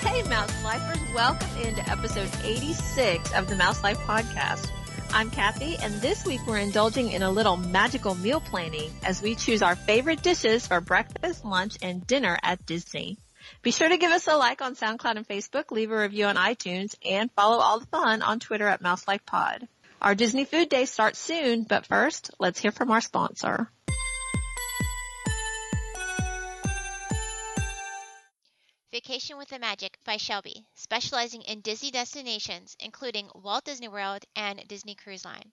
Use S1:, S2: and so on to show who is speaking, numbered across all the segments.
S1: Hey, Mouse Lifers, welcome into episode 86 of the Mouse Life Podcast. I'm Kathy, and this week we're indulging in a little magical meal planning as we choose our favorite dishes for breakfast, lunch, and dinner at Disney. Be sure to give us a like on SoundCloud and Facebook, leave a review on iTunes, and follow all the fun on Twitter at Mouse Life Pod. Our Disney Food Day starts soon, but first, let's hear from our sponsor.
S2: Vacation with the Magic by Shelby, specializing in Disney destinations, including Walt Disney World and Disney Cruise Line.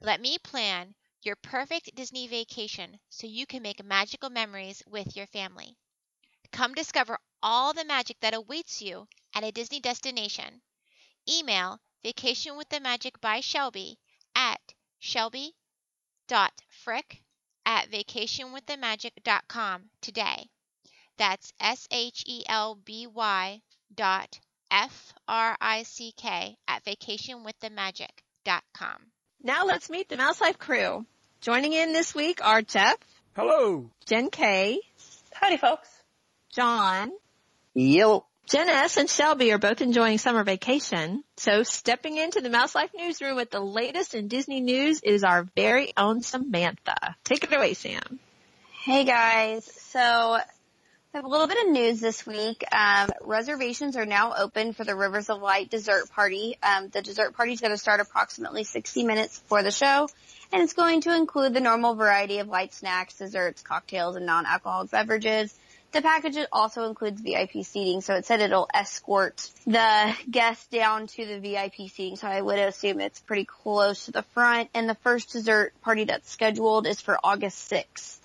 S2: Let me plan your perfect Disney vacation so you can make magical memories with your family. Come discover all the magic that awaits you at a Disney destination. Email Vacation with the Magic by Shelby at shelby.frick at vacationwiththemagic.com today. That's S H E L B Y dot F R I C K at vacationwiththemagic.com.
S1: Now let's meet the Mouse Life crew. Joining in this week are Jeff,
S3: Hello.
S1: Jen K,
S4: Howdy, folks.
S1: John,
S3: Yellow.
S1: Jen S and Shelby are both enjoying summer vacation. So stepping into the Mouse Life newsroom with the latest in Disney news is our very own Samantha. Take it away, Sam.
S5: Hey guys, so we have a little bit of news this week. Um, reservations are now open for the Rivers of Light dessert party. Um, the dessert party is going to start approximately 60 minutes before the show, and it's going to include the normal variety of light snacks, desserts, cocktails, and non-alcoholic beverages. The package also includes VIP seating, so it said it'll escort the guests down to the VIP seating, so I would assume it's pretty close to the front. And the first dessert party that's scheduled is for August 6th.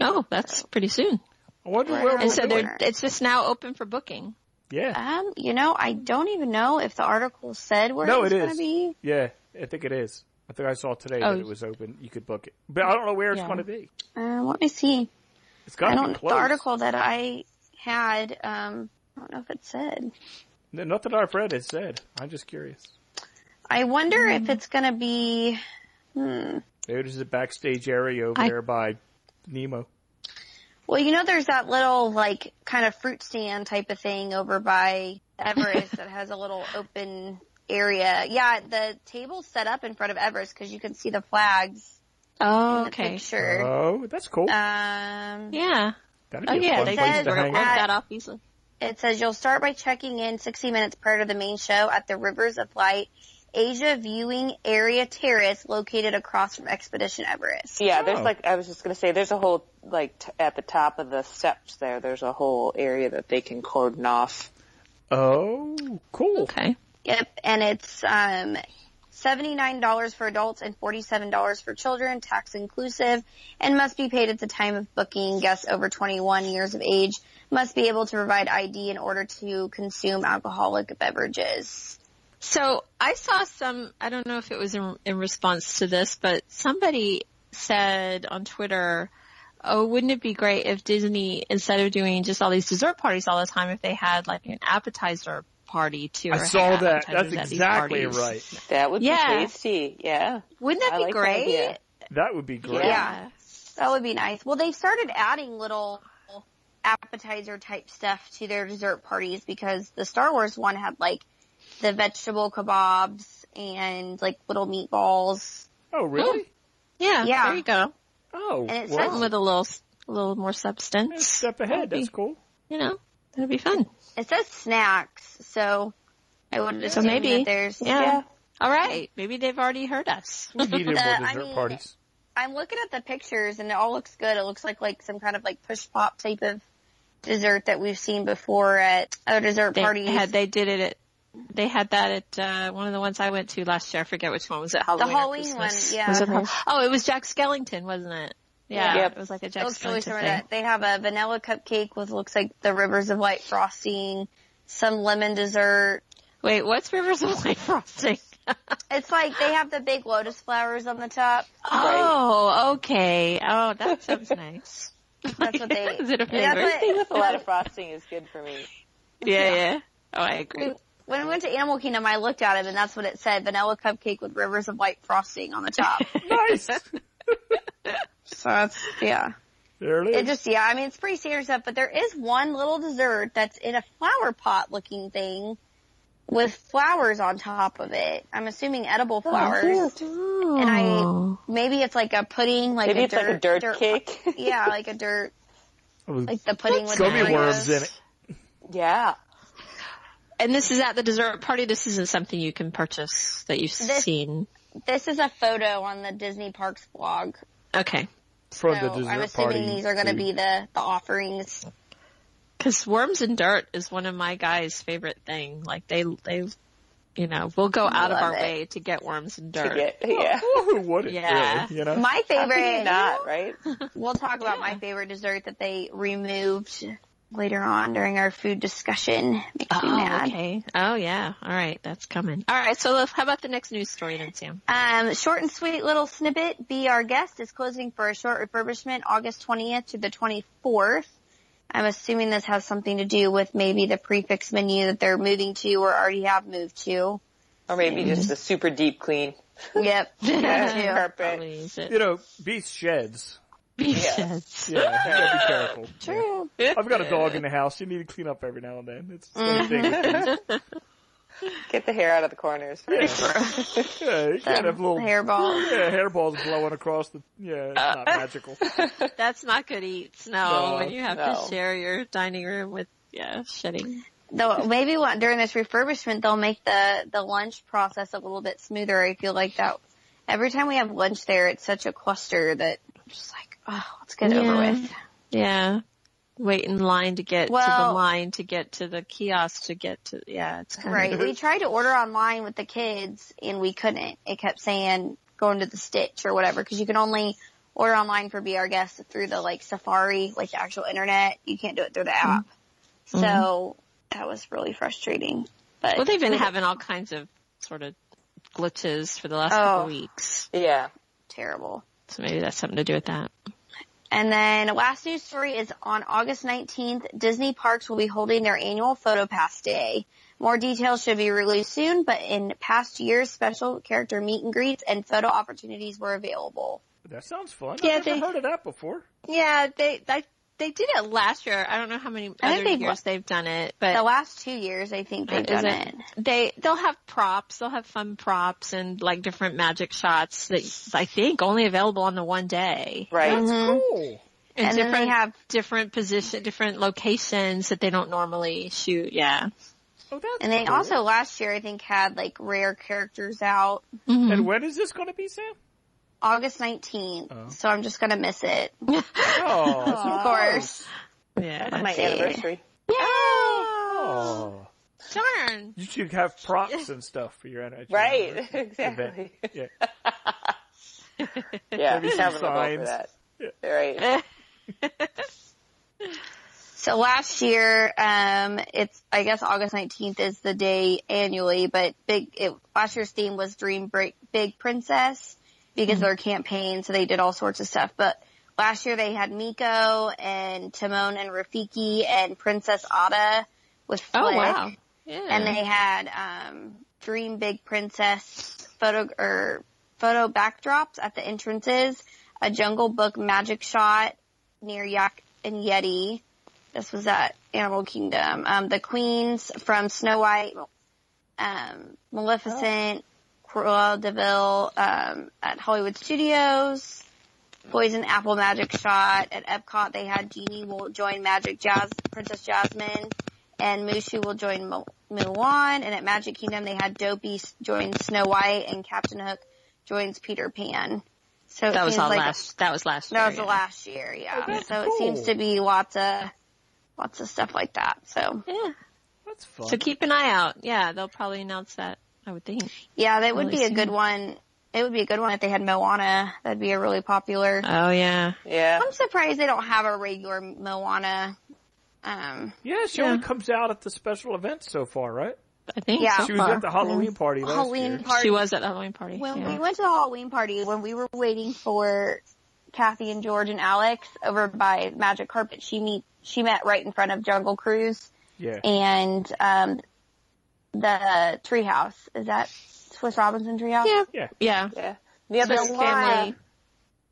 S1: Oh, that's pretty soon.
S3: I wonder where
S1: And
S3: we're
S1: so
S3: going.
S1: they're, it's just now open for booking.
S3: Yeah.
S5: Um, you know, I don't even know if the article said where
S3: No,
S5: it was
S3: it
S5: going
S3: is.
S5: to be.
S3: Yeah. I think it is. I think I saw today
S1: Oh.
S3: that it was open. You could book it. But I don't know where it's
S1: Yeah.
S3: going to be.
S5: Um, let me see.
S3: It's got
S5: I
S3: to
S5: don't.
S3: be close.
S5: The article that I had, um, I don't know if it said.
S3: No- Nothing I've read has said. I'm just curious.
S5: I wonder if it's going to be. Hmm.
S3: Maybe there's a backstage area over
S1: I-
S3: there by Nemo.
S5: Well, you know, there's that little like kind of fruit stand type of thing over by Everest that has a little open area. Yeah, the table's set up in front of Everest because you can see the flags in
S1: Oh,
S5: the
S1: okay.
S5: picture.
S3: Oh, that's cool.
S5: Um,
S1: Yeah.
S3: That'd
S1: Oh,
S3: be a
S1: yeah.
S3: fun
S1: They
S3: place
S1: said
S5: says
S3: to
S1: we're
S3: hang
S1: gonna work
S5: at-
S3: out.
S1: that off easily.
S5: It says you'll start by checking in 60 minutes prior to the main show at the Rivers of Light Asia Viewing Area Terrace located across from Expedition Everest.
S4: Yeah, there's
S3: Oh.
S4: like I was just gonna say, there's a whole like t- at the top of the steps there. There's a whole area that they can cordon off.
S3: Oh, cool.
S1: Okay.
S5: Yep, and it's um $79 for adults and $47 for children, tax inclusive, and must be paid at the time of booking. Guests over 21 years of age must be able to provide ID in order to consume alcoholic beverages.
S1: So I saw some, I don't know if it was in, in response to this, but somebody said on Twitter, oh, wouldn't it be great if Disney, instead of doing just all these dessert parties all the time, if they had like an appetizer party too?
S3: I
S1: or
S3: saw
S1: had
S3: that. That's
S1: appetizers at these
S3: exactly
S1: parties.
S3: right.
S4: That would
S1: Yeah.
S4: be tasty. Yeah,
S1: Wouldn't that
S4: I
S1: be
S4: like that
S1: great?
S4: idea.
S3: That would be great.
S4: Yeah.
S5: That would be nice. Well, they've started adding little appetizer type stuff to their dessert parties because the Star Wars one had like the vegetable kebabs and like little meatballs.
S3: Oh, really?
S1: Yeah.
S5: Yeah.
S1: There you go.
S3: Oh,
S5: And it
S3: well,
S5: says-
S1: With a little, a little more
S3: that's
S1: substance.
S3: a step ahead.
S1: That'd
S3: That's
S1: be-
S3: cool.
S1: You know, that'd be fun.
S5: It says snacks, so I would
S1: So
S5: assume
S1: maybe-
S5: that there's
S1: Yeah. All right. Maybe they've already heard us.
S3: We needed
S5: Uh,
S3: more
S5: I
S3: dessert
S5: mean-
S3: parties.
S5: I'm looking at the pictures and it all looks good. It looks like like some kind of like push pop type of dessert that we've seen before at other dessert
S1: They
S5: parties.
S1: had they did it at they had that at uh, one of the ones I went to last year. I forget which one was it. Halloween. or
S5: Halloween
S1: Christmas?
S5: one, yeah.
S1: Was it Hall- oh, it was Jack Skellington, wasn't it? Yeah.
S4: Yep.
S1: It was like a
S5: It
S1: Jack
S5: looks really
S1: Skellington
S5: similar to
S1: thing.
S5: that. They have a vanilla cupcake with looks like the rivers of light frosting, some lemon dessert.
S1: Wait, what's Rivers of Light frosting?
S5: It's like they have the big lotus flowers on the top.
S1: Oh, okay. Oh, that sounds nice.
S5: That's what they.
S1: Is it a
S5: that's
S1: favorite?
S5: what-
S4: anything with a lot of frosting is good for me.
S1: yeah, yeah. Oh, I agree.
S5: we- when I went to Animal Kingdom, I looked at it and that's what it said: vanilla cupcake with rivers of light frosting on the top.
S3: Nice.
S5: so that's yeah.
S3: There it
S5: It
S3: is.
S5: just, yeah, I mean, it's pretty standard stuff, but there is one little dessert that's in a flower pot looking thing with flowers on top of it. I'm assuming edible
S4: Oh,
S5: flowers. and I, maybe it's like a pudding, like
S4: Maybe
S5: a
S4: it's
S5: dirt,
S4: like a dirt, cake.
S5: Yeah, like a dirt,
S3: It was
S5: like the pudding with
S3: gummy
S5: the
S3: worms in it.
S4: yeah.
S1: And this is at the dessert party. This isn't something you can purchase that you've
S5: This-
S1: seen.
S5: This is a photo on the Disney Parks blog.
S1: Okay.
S3: From the
S5: so
S3: dessert
S5: I'm assuming
S3: party.
S5: these are going to
S3: food.
S5: be the, the offerings.
S1: Cause worms and dirt is one of my guys' favorite thing. Like they, they, you know, we'll go out of
S5: Love
S1: our
S5: it.
S1: way to get worms and
S4: To
S1: dirt.
S4: get, yeah.
S3: Well, who wouldn't
S1: Yeah.
S3: really? You know.
S5: My favorite,
S4: Not, right?
S5: we'll talk about my favorite dessert that they removed later on during our food discussion. Makes me
S1: Oh,
S5: mad.
S1: okay. Oh yeah. All right. That's coming. All right. So how about the next news story then, Sam?
S5: Um, short and sweet little snippet. Be Our Guest is closing for a short refurbishment August 20th to the 24th. I'm assuming this has something to do with maybe the prefix menu that they're moving to or already have moved to.
S4: Or maybe just a super deep clean.
S5: Yep. that
S4: Carpet.
S1: Probably is it.
S3: You know, beast sheds.
S1: Yes.
S3: Yeah, you gotta be careful.
S5: too. True.
S3: I've got a dog in the house. You need to clean up every now and then. It's the
S5: Mm-hmm.
S3: same thing. Yeah,
S4: Get the hair out of the corners.
S3: you can't have little
S5: Hairball.
S3: yeah, hairballs blowing across the. Yeah, it's not
S5: Uh.
S3: magical.
S1: That's not good eats. No,
S3: No,
S1: when you have
S4: no.
S1: to share your dining room with yeah, shedding.
S5: Though maybe what, during this refurbishment they'll make the, the lunch process a little bit smoother. I feel like that every time we have lunch there, it's such a cluster that I'm just like, oh, let's get it over
S1: Yeah.
S5: with.
S1: Yeah. Wait in line to get to the
S5: Well-
S1: line to get to the kiosk to get to yeah, it's kind
S5: Right. we tried to order online with the kids and we couldn't. It kept saying going to the Stitch or whatever because you can only order online for Be Our Guest through the like Safari, like actual internet. You can't do it through the
S1: Mm-hmm.
S5: app. So that was really frustrating. But
S1: Well, they've been having all kinds of sort of glitches for the last couple
S5: Oh.
S1: weeks.
S4: Yeah.
S5: terrible.
S1: So maybe that's something to do with that.
S5: And then last news story is on August 19th, Disney Parks will be holding their annual Photo Pass Day. More details should be released soon, but in past years, special character meet and greets and photo opportunities were available.
S3: That sounds fun.
S1: Yeah,
S3: I've never
S1: they-
S3: heard of that before.
S1: Yeah, they I, they did it last year. I don't know how many
S5: I
S1: other
S5: think they've-
S1: years they've done it, but
S5: the last two years, I think they've
S1: Is
S5: done
S1: it-
S5: it.
S1: they they'll have props, they'll have fun props and like different magic shots that I think only available on the one day.
S4: Right.
S5: Mm-hmm.
S3: That's cool.
S1: And,
S5: And then
S1: different
S5: they have-
S1: different position, different locations that they don't normally shoot. Yeah.
S3: Oh, that's
S5: And they
S3: cool.
S5: also last year, I think, had like rare characters out
S1: Mm-hmm.
S5: mm-hmm.
S3: And when is this going to be, Sam?
S5: August 19th.
S3: Oh.
S5: So I'm just going to miss it.
S3: Oh, that's
S5: Of course.
S1: Yeah.
S4: My anniversary.
S3: Oh.
S1: Darn.
S3: You should have props and stuff for your energy.
S4: Right. Exactly.
S3: Yeah.
S4: Yeah.
S3: Maybe some
S4: Having to go for
S3: signs.
S4: that. Right.
S5: So last year, um, it's, I guess August 19th is the day annually, but big, it, last year's theme was Dream Break, Big Princess because
S1: Mm-hmm.
S5: of their campaign. So they did all sorts of stuff, but last year they had Miko and Timon and Rafiki and Princess Ada with Flick.
S1: Oh wow. Yeah.
S5: and they had um, Dream Big Princess photo or photo backdrops at the entrances, a Jungle Book magic shot near Yak and Yeti. This was at Animal Kingdom. Um, the queens from Snow White, um, Maleficent, Cruella Deville um, at Hollywood Studios. Poison Apple Magic Shot at Epcot. They had Genie will join Magic Jazz Princess Jasmine and Mushu will join Mu- Mulan. And at Magic Kingdom, they had Dopey s- join Snow White, and Captain Hook joins Peter Pan. So it
S1: that was
S5: seems
S1: all
S5: like
S1: last. That was last.
S5: That was
S1: year,
S5: the last year, yeah.
S3: that's
S5: so
S3: cool.
S5: it seems to be lots of lots of stuff like that. So
S1: Yeah. Yeah.
S3: That's fun.
S1: So keep an eye out. Yeah, they'll probably announce that. I would think.
S5: yeah, that would
S1: Really
S5: be a good
S1: soon.
S5: one. It would be a good one if they had Moana. That'd be a really popular.
S1: Oh yeah.
S4: Yeah.
S5: I'm surprised they don't have a regular Moana. Um,
S3: yeah, she only comes out at the special events so far, right?
S1: I think.
S5: Yeah.
S1: so
S3: She was
S1: far.
S3: at the Halloween party last
S5: Halloween
S3: year.
S5: party.
S1: She was at the Halloween party.
S5: When
S1: yeah.
S5: we went to the Halloween party, when we were waiting for Kathy and George and Alex over by Magic Carpet, she meet she met right in front of Jungle Cruise
S3: Yeah.
S5: and um the Treehouse. Is that Swiss Robinson Treehouse?
S1: Yeah.
S3: Yeah.
S1: Yeah.
S4: Yeah. The other
S1: Swiss
S4: one-
S1: family.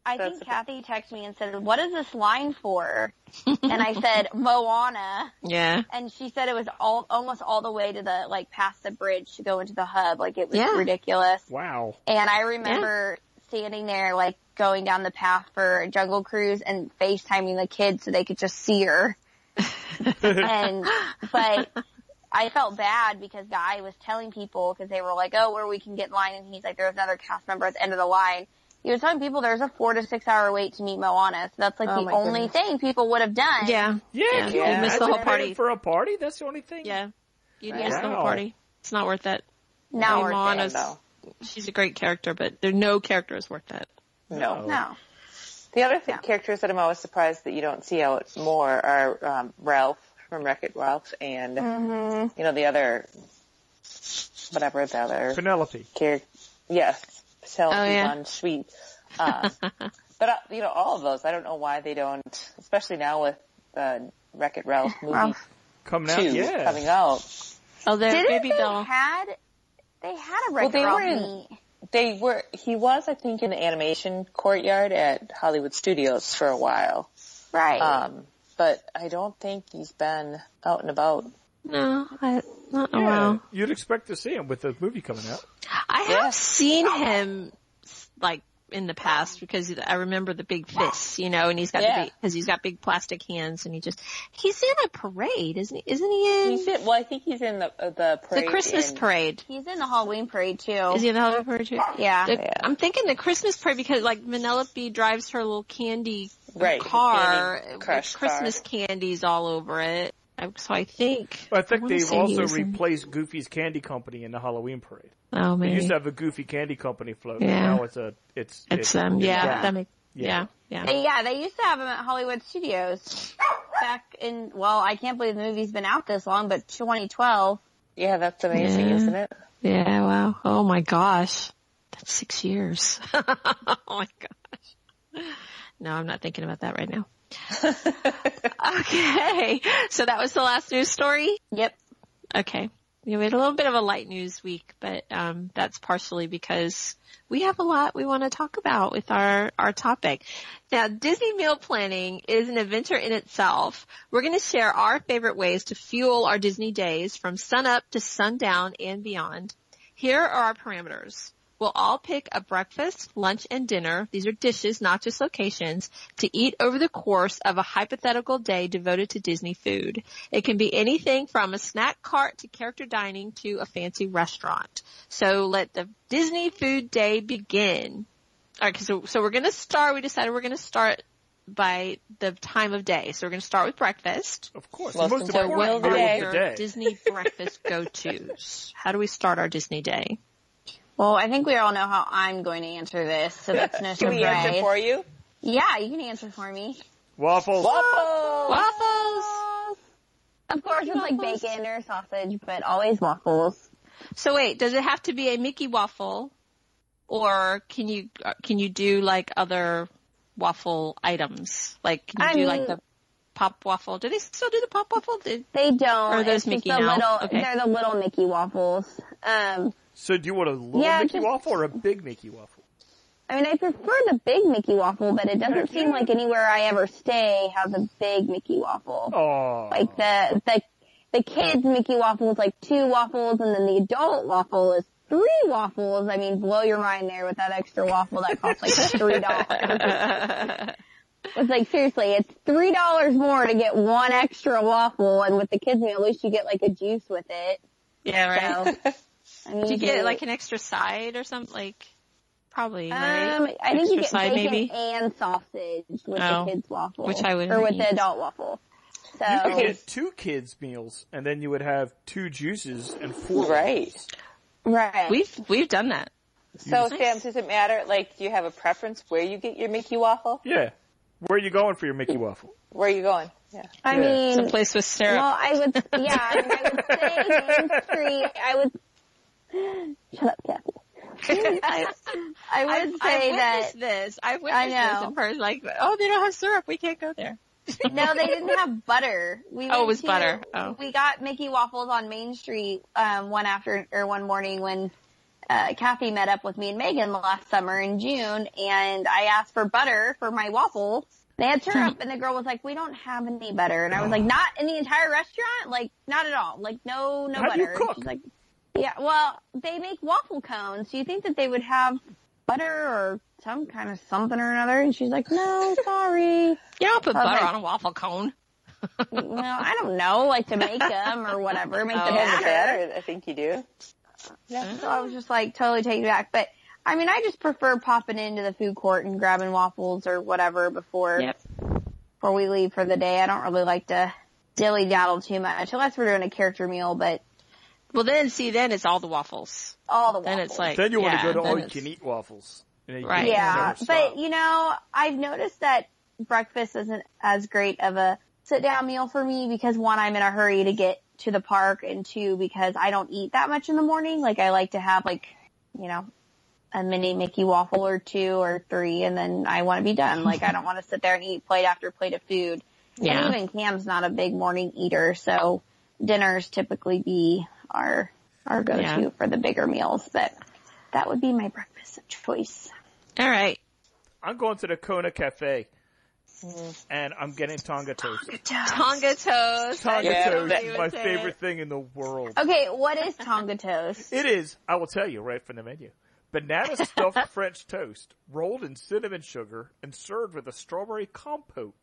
S5: I
S4: That's
S5: think
S4: okay.
S5: Kathy texted me and said, "What is this line for?" and I said, "Moana."
S1: Yeah.
S5: And she said it was all almost all the way to the like past the bridge to go into the hub. Like it was
S1: Yeah.
S5: ridiculous.
S3: Wow.
S5: And I remember standing there like going down the path for Jungle Cruise and FaceTiming the kids so they could just see her. and but I felt bad because Guy was telling people because they were like, "Oh, where we can get in line," and he's like, "There's another cast member at the end of the line." He was telling people there's a four to six hour wait to meet Moana, so that's like
S1: Oh
S5: the
S1: my
S5: only
S1: goodness.
S5: thing people would have done.
S1: Yeah.
S3: Yeah,
S1: Yeah,
S3: can
S4: you
S3: imagine
S4: missed the
S1: whole
S3: waiting
S1: party.
S3: for a party. That's the only thing.
S1: Yeah. You'd
S4: Right.
S1: miss the
S3: Wow.
S1: whole party. It's not worth it.
S5: Now
S1: Hey,
S5: we're
S1: Moana.
S5: saying-
S1: Honest.
S4: No.
S1: She's a great character, but there no character is worth it.
S4: No.
S5: No.
S4: The other th-
S5: Yeah.
S4: characters that I'm always surprised that you don't see out more are um, Ralph from Wreck-It Ralph and,
S5: hmm
S4: you know, the other, whatever the other
S3: Penelope.
S4: character. Yes. Penelope
S1: Oh, yeah.
S4: Von Sweet. Uh, but, uh, you know, all of those, I don't know why they don't, especially now with the Wreck-It Ralph movie
S5: Ralph.
S3: Coming
S4: 2
S3: out. Yeah.
S4: coming out.
S1: Oh, there,
S5: Didn't
S1: maybe
S5: they
S1: they'll.
S5: had they had a
S4: Well,
S5: record
S4: they
S5: well,
S4: were in- They were, he was, I think, in the animation courtyard at Hollywood Studios for a while.
S5: right?
S4: Um, but I don't think he's been out and about.
S1: No, I, not in a
S3: Yeah,
S1: while.
S3: You'd expect to see him with the movie coming out.
S1: I have
S4: Yeah.
S1: seen him like in the past because I remember the big fists, you know, and he's got
S4: Yeah.
S1: the because he's got big plastic hands, and he just he's in a parade, isn't he? Isn't he in
S4: He's in, well, I think he's in the uh, the
S1: the
S4: parade.
S1: Christmas
S4: in-
S1: parade?
S5: He's in the Halloween parade too.
S1: Is he in the Halloween parade too?
S5: yeah.
S1: The-
S4: Yeah.
S1: I'm thinking the Christmas parade because like Penelope drives her little candy
S4: Right,
S1: car
S4: candy
S1: with
S4: crush car.
S1: Christmas candies all over it. I- So I think
S3: I think
S1: wanna
S3: they've
S1: say he
S3: also
S1: was in-
S3: replaced Goofy's Candy Company in the Halloween parade.
S1: oh
S3: They
S1: maybe
S3: used to have a Goofy Candy Company float.
S1: Yeah.
S3: Now it's a it's
S1: it's um yeah,
S5: yeah.
S1: that make,
S3: Yeah.
S1: yeah yeah
S5: They- yeah, they used to have him at Hollywood Studios back in, well, I can't believe the movie's been out this long, but 2012.
S4: Yeah, that's amazing,
S1: Yeah.
S4: isn't it?
S1: Yeah, wow. Oh my gosh. That's six years. oh my gosh. No, I'm not thinking about that right now. okay. So that was the last news story.
S5: Yep.
S1: Okay. You know, we had a little bit of a light news week, but um, that's partially because we have a lot we want to talk about with our our topic. Now, Disney meal planning is an adventure in itself. We're going to share our favorite ways to fuel our Disney days from sunup to sundown and beyond. Here are our parameters. We'll all pick a breakfast, lunch, and dinner. These are dishes, not just locations, to eat over the course of a hypothetical day devoted to Disney food. It can be anything from a snack cart to character dining to a fancy restaurant. So let the Disney food day begin. Alright, so, so we're gonna start, we decided we're gonna start by the time of day. So we're gonna start with breakfast.
S3: Of course.
S4: Most
S3: the most
S4: important
S1: So
S3: important
S1: what
S4: meal
S3: meal
S1: are
S4: of
S3: of
S1: your
S3: the day.
S1: Disney breakfast go-tos? How do we start our Disney day?
S5: Well, I think we all know how I'm going to answer this, so that's no
S4: Can we answer
S5: surprise.
S4: for you?
S5: Yeah, you can answer for me.
S3: Waffles.
S4: Waffles.
S1: Waffles!
S5: Of course, it's like bacon or sausage, but always waffles.
S1: So wait, does it have to be a Mickey waffle, or can you uh, can you do like other waffle items? Like can you
S5: I
S1: do
S5: mean-
S1: like the pop waffle? Do they still do the pop waffle? Did,
S5: They don't.
S1: Are those
S5: It's just
S1: Mickey
S5: the
S1: now?
S5: Little,
S1: Okay.
S5: They're the little Mickey waffles. Um,
S3: So do you want a little
S5: Yeah,
S3: Mickey
S5: just-
S3: waffle or a big Mickey waffle?
S5: I mean, I prefer the big Mickey waffle, but it doesn't seem like anywhere I ever stay has a big Mickey waffle.
S3: Oh.
S5: Like the the the kids Mickey waffle is like two waffles, and then the adult waffle is three waffles. I mean, blow your mind there with that extra waffle that costs like three dollars. It's like seriously, it's three dollars more to get one extra waffle, and with the kids meal, at least you get like a juice with it.
S1: yeah, right.
S5: So, I mean,
S1: Do you get
S5: can-
S1: like an extra side or something? Like probably, right?
S5: Um, I think you
S1: Extra
S5: get
S1: side,
S5: bacon
S1: maybe?
S5: and sausage with
S1: Oh,
S5: the kids waffle,
S1: which I wouldn't
S5: or with
S1: eat.
S5: the adult waffle. So
S3: You could get two kids meals and then you would have two juices and four.
S4: Right.
S5: right,
S1: We've we've done that.
S4: So,
S1: Nice.
S4: Sam, does it matter? Like, do you have a preference where you get your Mickey waffle?
S3: Yeah. Where are you going for your Mickey waffle?
S4: Where are you going? Yeah.
S5: I
S3: Yeah.
S5: mean,
S1: Someplace with syrup.
S5: Well, I would, yeah, I, mean, I would say Main Street. I would. Shut up, Kathy. I, I would
S1: I've, I've
S5: say that
S1: witnessed this. I've
S5: I
S1: witnessed this
S5: know.
S1: in person. Like, oh, they don't have syrup. We can't go there.
S5: no, they didn't have butter. We
S1: Oh, it
S5: went
S1: was
S5: to-
S1: butter. Oh.
S5: We got Mickey waffles on Main Street um, one after or one morning when uh, Kathy met up with me and Megan last summer in June, and I asked for butter for my waffle. They had syrup, and the girl was like, "We don't have any butter," and I was like, "Not in the entire restaurant, like not at all, like no, no
S3: How do you
S5: butter."
S3: cook?
S5: She's like, "Yeah, well, they make waffle cones. Do you think that they would have butter or some kind of something or another?" And she's like, "No, sorry."
S1: You don't put
S5: Okay.
S1: butter on a waffle cone.
S5: Well, I don't know, like to make them or whatever,
S1: Oh.
S5: make
S4: You
S5: them
S4: have the
S5: better.
S4: batter, I think you do.
S5: Yeah, so I was just like totally taken back. But I mean, I just prefer popping into the food court and grabbing waffles or whatever before
S1: Yep.
S5: before we leave for the day. I don't really like to dilly daddle too much unless we're doing a character meal. But
S1: Well, then see, then it's all the waffles.
S5: all the waffles.
S1: Then it's like
S3: Then you
S1: yeah,
S3: want to go to
S1: then
S3: all you
S1: it's-
S3: can eat waffles. And they
S1: Right.
S3: just
S5: Yeah,
S3: never
S5: but
S3: stop.
S5: you know, I've noticed that breakfast isn't as great of a sit down meal for me because one, I'm in a hurry to get to the park and two, because I don't eat that much in the morning. Like I like to have like, you know, a mini Mickey waffle or two or three and then I want to be done. Like I don't want to sit there and eat plate after plate of food.
S1: Yeah.
S5: And even Cam's not a big morning eater, so dinners typically be our, our go-to
S1: Yeah.
S5: for the bigger meals, but that would be my breakfast of choice.
S1: All right.
S3: I'm going to the Kona Cafe. And I'm getting Tonga toast.
S1: Tonga toast.
S3: Tonga
S4: Yeah,
S3: toast
S4: that-
S3: is my favorite thing in the world.
S5: Okay, what is Tonga toast?
S3: It is, I will tell you right from the menu. Banana stuffed French toast, rolled in cinnamon sugar, and served with a strawberry compote.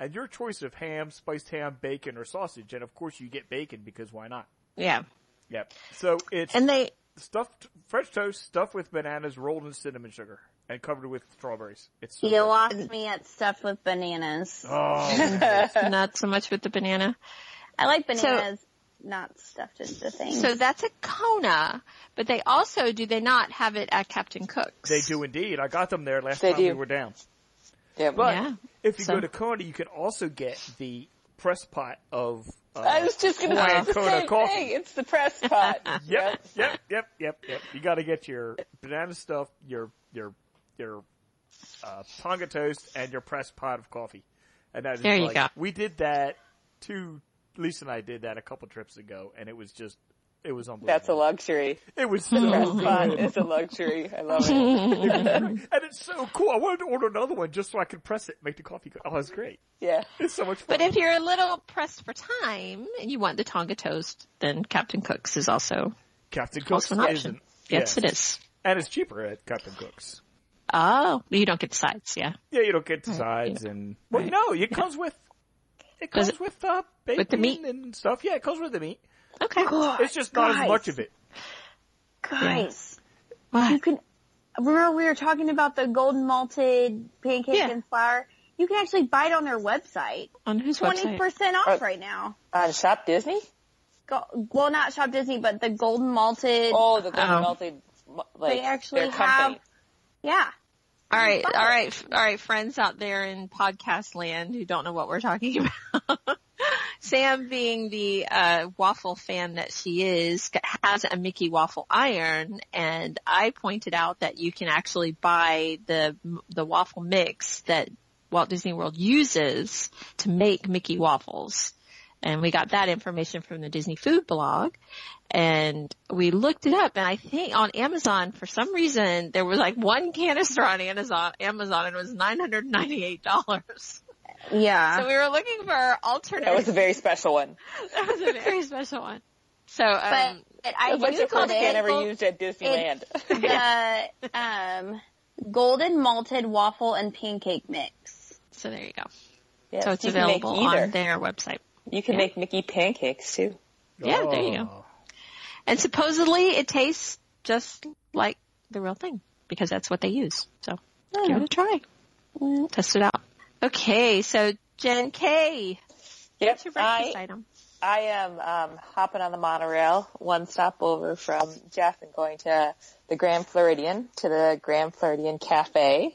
S3: And your choice of ham, spiced ham, bacon, or sausage. And of course you get bacon because why not?
S1: Yeah.
S3: Yep. So it's
S1: And they,
S3: stuffed French toast stuffed with bananas rolled in cinnamon sugar and covered with strawberries. It's so
S5: You
S3: good.
S5: lost me at stuffed with bananas.
S3: Oh,
S1: not so much with the banana.
S5: I like bananas, not stuffed into things.
S1: So that's a Kona, but they also, do they not have it at Captain Cook's?
S3: they do indeed. I got them there last
S4: They
S3: time we
S4: do.
S3: were down.
S4: Yeah,
S3: But
S1: Yeah.
S3: if you
S1: So-
S3: go to Kona, you can also get the press pot of. Uh,
S4: I was just going to say
S3: Hawaiian
S4: the
S3: Kona
S4: same
S3: coffee.
S4: thing. It's the press pot.
S3: Yep, yep, yep, yep, yep. You got to get your banana stuff, your your your uh, Tonga toast, and your pressed pot of coffee. And that is
S1: There you
S3: like-
S1: go.
S3: We did that two. Lisa and I did that a couple trips ago, and it was just it was unbelievable.
S4: That's a luxury.
S3: It was
S4: The press
S3: so
S4: pot is a luxury. I love it.
S3: and it's so cool. I wanted to order another one just so I could press it, make the coffee. Go- oh, it's great.
S4: Yeah.
S3: It's so much fun.
S1: But if you're a little pressed for time and you want the Tonga toast, then Captain Cook's is also,
S3: Captain Cook's
S1: also an option.
S3: isn't.
S1: Yes,
S3: yeah.
S1: it is.
S3: And it's cheaper at Captain Cook's.
S1: Oh, you don't get the sides, yeah.
S3: Yeah, you don't get the sides and well,
S1: Right.
S3: no, it comes with it
S1: Does
S3: comes
S1: it-
S3: with uh, bacon
S1: the meat?
S3: and stuff. Yeah, it comes with the meat.
S1: Okay.
S3: It's just not as
S5: Oh, guys.
S3: much of it.
S5: guys, you
S1: What?
S5: can, remember we were talking about the golden malted pancake
S1: Yeah.
S5: and flour? You can actually buy it on their website.
S1: On whose website?
S5: 20% off
S4: Uh,
S5: right now.
S4: On Shop Disney?
S5: Go, well, not Shop Disney, but the golden malted.
S4: Oh, the
S1: Oh.
S4: golden melted. Like,
S5: They actually
S4: their company.
S5: Yeah.
S1: All right, all right, f- all right, friends out there in podcast land who don't know what we're talking about. Sam, being the uh, waffle fan that she is, g- has a Mickey waffle iron, and I pointed out that you can actually buy the the waffle mix that Walt Disney World uses to make Mickey waffles, and we got that information from the Disney Food blog and we looked it up and I think on Amazon for some reason there was like one canister on Amazon Amazon and it was nine hundred and ninety eight dollars.
S5: Yeah.
S1: So we were looking for alternate
S4: That was a very special one.
S1: that was a very special one. So
S5: but
S1: um
S5: I
S4: A bunch of
S5: Googled
S4: cards
S5: it.
S4: can ever used at Disneyland.
S5: the um, golden malted waffle and pancake mix.
S1: so there you go.
S4: Yes,
S1: So it's
S4: you can make
S1: available
S4: either.
S1: on their website.
S4: You can make Mickey pancakes too.
S1: Yeah, there you go. And supposedly it tastes just like the real thing because that's what they use. So give it a try.
S4: Mm-hmm.
S1: Test it out. Okay, so Jen K,
S4: Yep.
S1: what's your breakfast
S4: I,
S1: item?
S4: I am um, hopping on the monorail one stop over from Jeff and going to the Grand Floridian to the Grand Floridian Cafe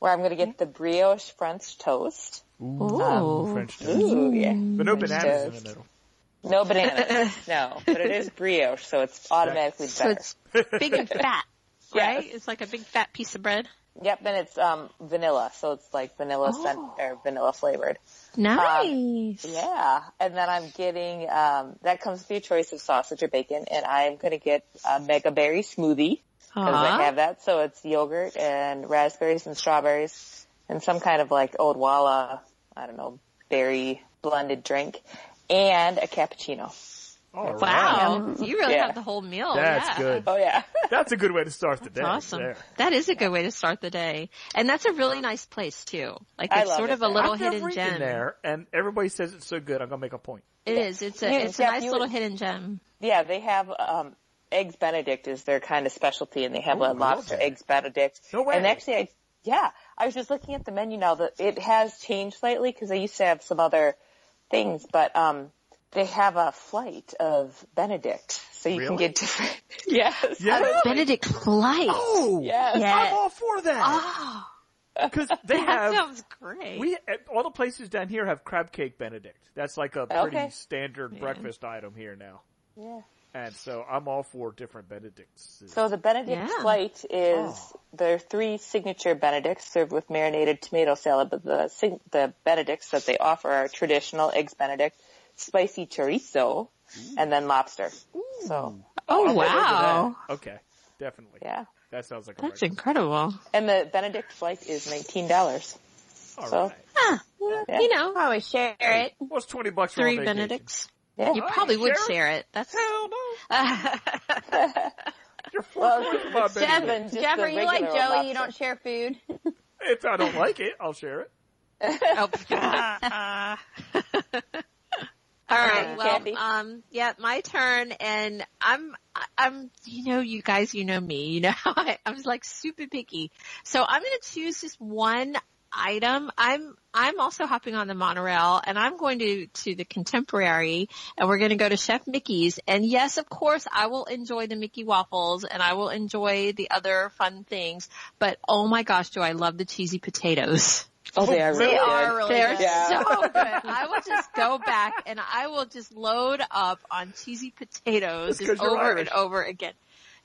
S4: where I'm going to get the brioche French toast.
S3: Oh.
S1: Ooh.
S3: ah, French toast.
S4: Ooh, yeah.
S3: But no bananas in
S4: toast.
S3: the middle.
S4: No bananas. no, but it is brioche, so it's automatically
S1: So
S4: better.
S1: it's big and fat,
S4: Yes.
S1: right? It's like a big fat piece of bread.
S4: Yep, and it's um vanilla, so it's like vanilla
S1: Oh.
S4: scent or vanilla flavored.
S1: Nice.
S4: Um, Yeah, and then I'm getting um that comes with your choice of sausage or bacon, and I'm gonna get a mega berry smoothie because I have that. So it's yogurt and raspberries and strawberries and some kind of like old Walla, I don't know, berry blended drink, and a cappuccino.
S3: All right.
S1: Wow. You really
S4: Yeah.
S1: have the whole meal.
S3: That's
S1: yeah.
S3: good.
S4: Oh yeah,
S3: That's a good way to start the day.
S1: That's awesome.
S3: There.
S1: That is a good way to start the day. And that's a really nice place too. Like
S4: I
S1: it's
S4: love
S1: sort
S4: it
S1: of a
S4: there.
S1: little
S3: I've
S1: hidden
S3: never eaten
S1: gem.
S3: there, and everybody says it's so good. I'm gonna make a point.
S1: It is. It's a
S4: You-
S1: it's a
S4: Jeff,
S1: nice
S4: you-
S1: little hidden gem.
S4: yeah, they have um eggs Benedict is their kind of specialty, and they have
S3: Ooh, I
S4: a
S3: love
S4: lobster
S3: that.
S4: eggs Benedict.
S3: Oh, No way.
S4: And actually, I yeah, I was just looking at the menu now. That it has changed slightly because they used to have some other things, but um, they have a flight of Benedict, so you
S3: Really?
S4: can get different. yes.
S3: Yeah.
S1: Benedict Flight.
S3: Oh,
S4: Yes.
S3: I'm all for that
S1: Oh,
S3: because they
S1: that
S3: have
S1: sounds great.
S3: we all the places down here have crab cake Benedict. That's like a pretty
S4: Okay.
S3: standard breakfast item here now,
S4: Yeah.
S3: and so I'm all for different Benedicts.
S4: So the Benedict
S1: Yeah.
S4: flight is
S3: Oh.
S4: there are three signature Benedicts served with marinated tomato salad, but the sig- the Benedicts that they offer are traditional eggs Benedict, spicy chorizo, and then lobster. So
S1: oh
S3: I'm all over
S1: wow.
S3: that. Okay, definitely.
S4: yeah,
S3: That sounds like a
S1: That's
S3: breakfast.
S1: incredible.
S4: and the Benedict flight is nineteen dollars.
S3: all right.
S4: Yeah.
S1: You know,
S5: Probably share it.
S3: What's twenty bucks for
S1: three
S3: on vacation?
S1: Benedicts.
S4: Yeah.
S1: You probably would
S3: Share it?
S1: share it. That's
S3: Hell no. You're four
S4: Well,
S3: forty five
S4: Seven,
S3: Benedict.
S4: just
S5: Jeff,
S4: the
S5: are you like
S4: regular
S5: Joey? You
S4: lobster.
S5: don't share food.
S3: If I don't like it, I'll share it.
S1: Oh. All right.
S4: right,
S1: Well,
S4: Kathy.
S1: um, yeah, my turn, and I'm, I'm, you know, you guys, you know me, you know, I, I'm like super picky. So I'm going to choose just one item. I'm, I'm also hopping on the monorail, and I'm going to to the contemporary, and we're going to go to Chef Mickey's. And yes, of course, I will enjoy the Mickey waffles, and I will enjoy the other fun things. But oh my gosh, do I love the cheesy potatoes?
S4: Oh, they are really
S5: They
S4: good.
S5: are really
S1: They're
S5: good.
S4: Yeah.
S1: so good. I will just go back and I will just load up on cheesy potatoes
S3: That's
S1: just
S3: 'cause you're
S1: over
S3: Irish.
S1: and over again.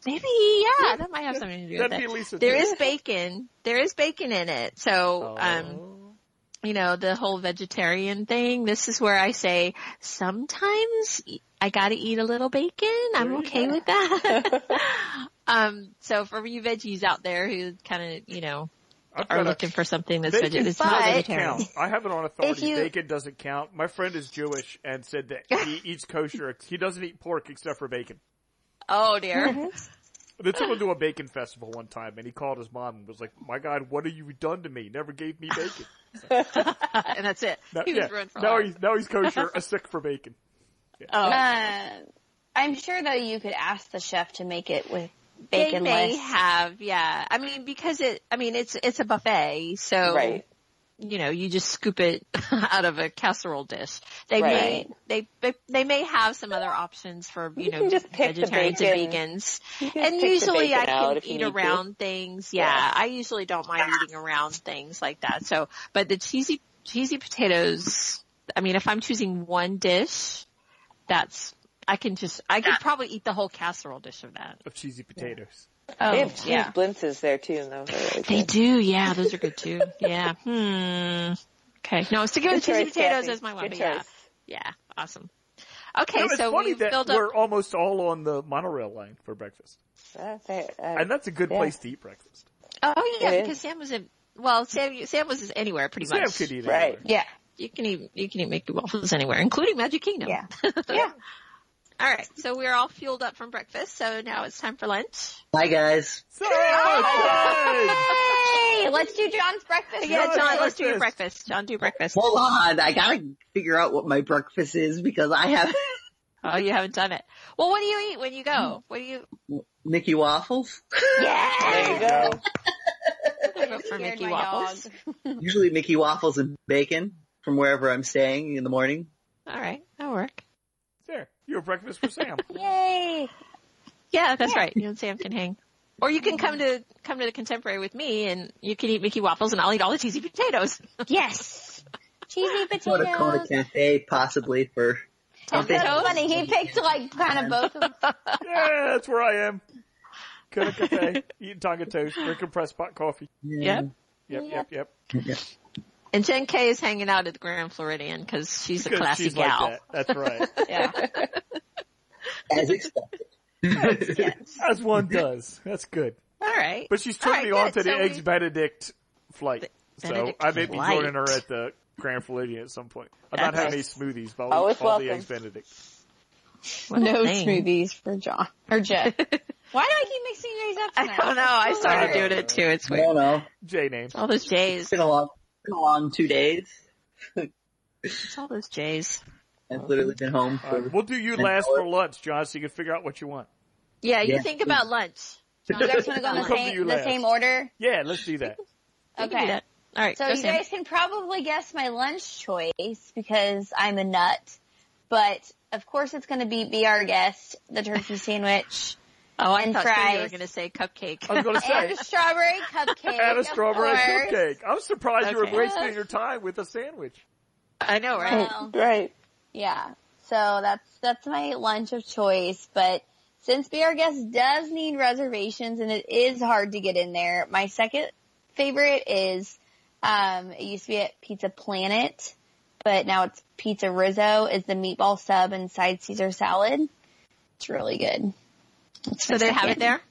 S1: Maybe, yeah, that might have something to do with
S3: That'd be
S1: it.
S3: Lisa.
S1: There
S3: too.
S1: is bacon. There is bacon in it. So,
S3: Oh.
S1: um, you know, the whole vegetarian thing, this is where I say sometimes I gotta eat a little bacon. I'm
S3: There you
S1: okay
S3: go.
S1: with that. um, so for you veggies out there who kind of, you know,
S3: I've
S1: are
S3: got a-
S1: looking for something that's
S3: Bacon
S1: vegetarian, it's not
S5: doesn't
S1: vegetarian.
S3: count. I have it on authority.
S5: you-
S3: Bacon doesn't count. My friend is Jewish and said that he eats kosher. He doesn't eat pork except for bacon.
S1: Oh dear.
S3: They took him to a bacon festival one time, and he called his mom and was like, "My God, what have you done to me? Never gave me bacon."
S1: and that's it.
S3: Now,
S1: he was
S3: yeah,
S1: ruined for
S3: now
S1: life.
S3: he's now he's kosher, a sick for bacon.
S1: Oh.
S5: Uh, I'm sure though you could ask the chef to make it with
S1: they
S5: bacon
S1: may
S5: less.
S1: have, yeah. I mean, because it, I mean, it's, it's a buffet, so,
S4: Right.
S1: you know, you just scoop it out of a casserole dish. They
S4: Right.
S1: may, they, they may have some other options for, you,
S4: You
S1: know,
S4: can just pick the
S1: vegetarians and
S4: bacon.
S1: vegans.
S4: You can
S1: And
S4: pick the
S1: usually
S4: bacon
S1: I
S4: out
S1: can
S4: if you
S1: eat
S4: need to.
S1: around things. Yeah,
S4: Yeah.
S1: I usually don't mind eating around things like that. So, but the cheesy, cheesy potatoes, I mean, if I'm choosing one dish, that's, I can just, I could probably eat the whole casserole dish of that.
S3: Of cheesy potatoes.
S5: Oh,
S4: They have cheese
S5: yeah.
S4: blintzes there too, and those are really
S1: They
S4: good.
S1: do, yeah. Those are good too. Yeah. Hmm. Okay. No, I'm sticking
S4: Good
S1: with cheesy
S4: choice,
S1: potatoes
S4: Kathy.
S1: as my one.
S4: Good
S1: But yeah.
S4: choice.
S1: Yeah. Awesome. Okay,
S3: You know, it's
S1: so we
S3: funny that
S1: build up.
S3: we're almost all on the monorail line for breakfast,
S4: Uh, they- uh,
S3: and that's a good
S4: Yeah.
S3: place to eat breakfast.
S1: Oh yeah,
S4: It
S1: because
S4: is.
S1: Sam was in. Well, Sam, Sam was anywhere pretty
S3: Sam
S1: much.
S3: could eat
S4: Right.
S3: anywhere.
S5: Yeah.
S1: You can eat. You can eat Mickey waffles anywhere, including Magic Kingdom.
S5: Yeah.
S1: yeah. All right, so we're all fueled up from breakfast, so now it's time for lunch.
S6: Hi guys.
S3: So, Sam!
S5: Hey, let's do John's breakfast.
S1: Yeah,
S3: it's
S1: John, let's do your
S3: breakfast.
S1: breakfast. John, do breakfast.
S6: Hold on. I gotta figure out what my breakfast is because I have
S1: Oh, you haven't done it. Well, what do you eat when you go? What do you?
S6: Mickey waffles.
S5: Yeah.
S4: There you go.
S1: Go for
S5: Scared
S1: Mickey
S5: my
S1: waffles.
S5: dog.
S6: Usually Mickey waffles and bacon from wherever I'm staying in the morning.
S1: All right, that'll work.
S3: There, you're breakfast for Sam.
S5: Yay.
S1: Yeah, that's right. You and Sam can hang. Or you can come to come to the contemporary with me and you can eat Mickey waffles and I'll eat all the cheesy potatoes.
S5: Yes. Cheesy
S6: What a Kona
S5: potatoes.
S6: cafe possibly for
S1: Tell
S6: Don't they-
S1: them.
S5: That's funny. He picked like kind of both of them.
S3: yeah, that's where I am. Good cafe, eating Tonga toast, drinking pressed pot coffee.
S1: Yep.
S3: Yep, yep, yep.
S6: Yeah.
S1: And Jen K is hanging out at the Grand Floridian because she's a
S3: 'Cause
S1: classy
S3: she's
S1: gal.
S3: like that. That's right.
S5: Yeah.
S6: As expected.
S3: As one does. That's good.
S1: All right.
S3: But she's
S1: All right,
S3: turning me on
S1: good.
S3: to the
S1: So
S3: Eggs
S1: we-
S3: Benedict flight.
S1: Benedict
S3: so I may be
S1: flight.
S3: joining her at the Grand Floridian at some point. I'm not having any
S1: That's-
S3: smoothies, but I'll
S4: Always
S3: eat all the
S4: welcome.
S3: Eggs Benedict.
S1: What a
S5: no
S1: thing.
S5: smoothies for John or Jen.
S7: Why do I keep mixing you guys up
S1: I
S7: tonight?
S1: don't know. I started
S3: Alright.
S1: doing it too. It's
S6: I
S1: weird.
S6: don't know.
S3: J name.
S1: It's all those
S6: It's
S1: J's.
S6: been a long, been a long two days.
S1: It's all those J's.
S6: I've literally been home
S3: All
S6: for.
S3: right, Uh, we'll do you
S6: An
S3: last
S6: hour.
S3: for lunch, John, so you can figure out what you want.
S1: Yeah, you
S6: Yeah.
S1: think about lunch.
S7: Do you guys want to go in the
S3: We'll come to you
S7: same, the
S3: last.
S7: same order?
S3: Yeah, let's do that.
S1: You can do
S7: Okay.
S1: that. All right.
S7: So
S1: go,
S7: you
S1: Sam.
S7: guys can probably guess my lunch choice because I'm a nut, but of course it's going to be be our guest, the turkey sandwich
S1: oh, I
S7: and
S1: thought you were
S7: fries.
S1: going to say cupcake.
S3: I was going to
S7: and
S3: say,
S7: a strawberry cupcake.
S3: add a
S7: of
S3: strawberry
S7: course.
S3: cupcake. I'm surprised you were
S1: Okay.
S3: wasting your time with a sandwich.
S1: I know, right?
S7: Well,
S4: Right.
S7: yeah. So that's that's my lunch of choice, but since Be Our Guest does need reservations and it is hard to get in there, my second favorite is um it used to be at Pizza Planet, but now it's Pizza Rizzo is the meatball sub and side Caesar salad. It's really good. That's
S1: So
S7: my
S1: they have it
S7: second.
S1: there.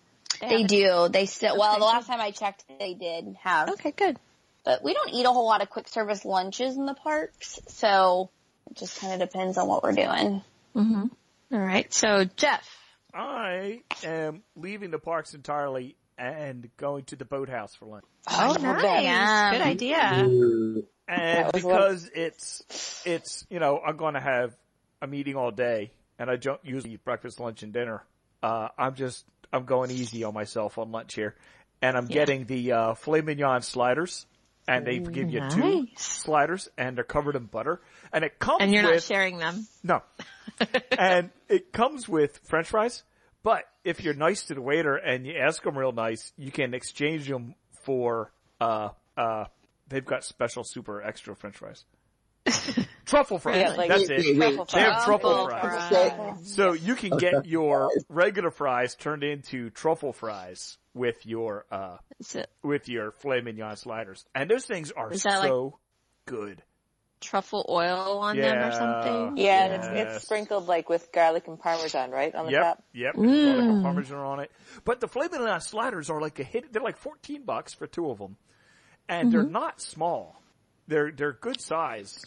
S7: They
S1: have
S7: do. They still well,
S1: Okay.
S7: the last time I checked they did have
S1: Okay, good.
S7: but we don't eat a whole lot of quick service lunches in the parks, so it just kind of depends on what we're doing.
S1: Mm-hmm. All right. So Jeff,
S3: I am leaving the parks entirely and going to the boathouse for lunch.
S1: Oh,
S7: yeah.
S1: nice.
S7: Yeah.
S1: Good idea.
S6: Ooh.
S3: and
S4: That was what-
S3: because it's it's you know I'm going to have a meeting all day, and I don't usually eat breakfast, lunch, and dinner. Uh, I'm just I'm going easy on myself on lunch here, and I'm getting the uh, filet mignon sliders, and they give you two
S1: Nice.
S3: sliders, and they're covered in butter, and it comes
S1: And you're not
S3: with
S1: sharing them.
S3: no, and it comes with French fries. But if you're nice to the waiter and you ask them real nice, you can exchange them for uh uh. They've got special super extra French fries, truffle fries.
S4: Yeah, like
S3: That's it.
S6: Wait,
S4: truffle
S6: wait,
S3: They have
S4: fries.
S3: truffle
S1: Truffle
S3: fries.
S1: fries.
S3: So you can get your regular fries turned into truffle fries with your uh
S1: Is it
S3: with your filet mignon sliders, and those things are
S1: Is that like-
S3: so good.
S1: truffle oil on them or something?
S4: Yeah, and it's,
S3: Yes.
S4: it's sprinkled like with garlic and parmesan, right? On the
S3: yep,
S4: top.
S3: Yep,
S1: Mm.
S3: garlic and parmesan on it. But the filet mignon sliders are like a hit. They're like fourteen bucks for two of them, and they're not small. They're they're good size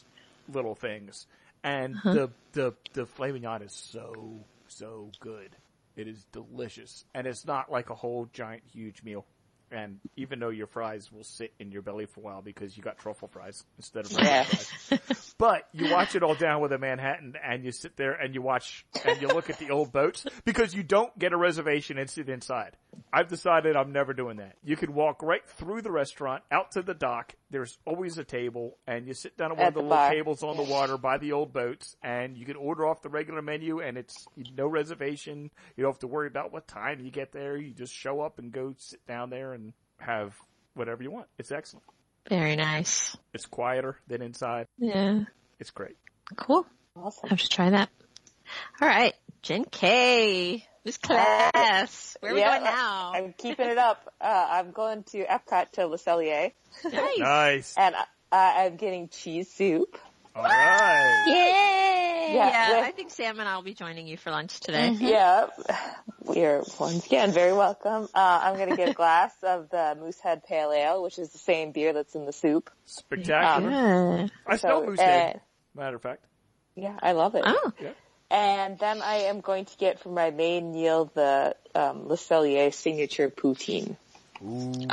S3: little things, and the the the filet mignon is so so good. It is delicious, and it's not like a whole giant huge meal. And even though your fries will sit in your belly for a while because you got truffle fries instead of regular
S4: Yeah.
S3: fries. But you watch it all down with a Manhattan and you sit there and you watch and you look at the old boats because you don't get a reservation and sit inside. I've decided I'm never doing that. You can walk right through the restaurant out to the dock. There's always a table and you sit down at one
S4: At
S3: of the,
S4: the
S3: little
S4: bar.
S3: tables on the water by the old boats and you can order off the regular menu and it's no reservation. You don't have to worry about what time you get there. You just show up and go sit down there and have whatever you want. It's excellent.
S1: Very nice.
S3: It's quieter than inside.
S1: Yeah.
S3: It's great.
S1: Cool. I
S4: Awesome.
S1: have to try that. All right. Jen K. This class. Where are we
S4: Yeah,
S1: going now?
S4: I'm keeping it up. Uh, I'm going to Epcot to Le Cellier,
S1: nice.
S3: Nice.
S4: and I, I'm getting cheese soup.
S3: All right.
S7: Yay!
S4: Yeah, Mm-hmm.
S1: Yeah,
S4: with-
S1: I think Sam and I will be joining you for lunch today.
S4: Yeah, we're once again very welcome. Uh, I'm gonna get a glass of the Moosehead Pale Ale, which is the same beer that's in the soup.
S3: Spectacular.
S1: Yeah.
S3: I smell
S4: So,
S3: moose
S4: uh,
S3: head. Matter of fact.
S4: Yeah, I love it.
S1: Oh,
S4: And then I am going to get for my main meal the um, Le Cellier signature poutine.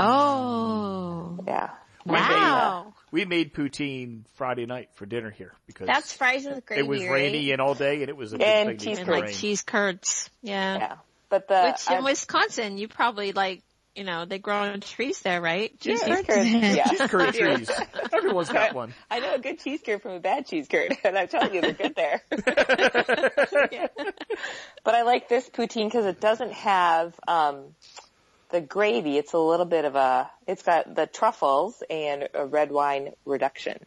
S1: oh,
S4: Yeah,
S1: wow!
S3: We made poutine Friday night for dinner here because
S7: That's fries with gravy.
S3: it was rainy and all day and it was a
S4: And
S3: big thing
S4: cheese
S3: to
S1: And
S3: eat in the
S1: like
S3: rain.
S1: cheese curds, yeah.
S4: yeah. Uh, But the
S1: Which in Wisconsin, you probably like, you know, they grow on trees there, right? Cheese
S4: cheese
S1: curds.
S4: curd, yeah.
S3: Cheese curd trees. Everyone's got one.
S4: I know a good cheese curd from a bad cheese curd, and I'm telling you, they're good there. But I like this poutine because it doesn't have um, the gravy. It's a little bit of a. It's got the truffles and a red wine reduction,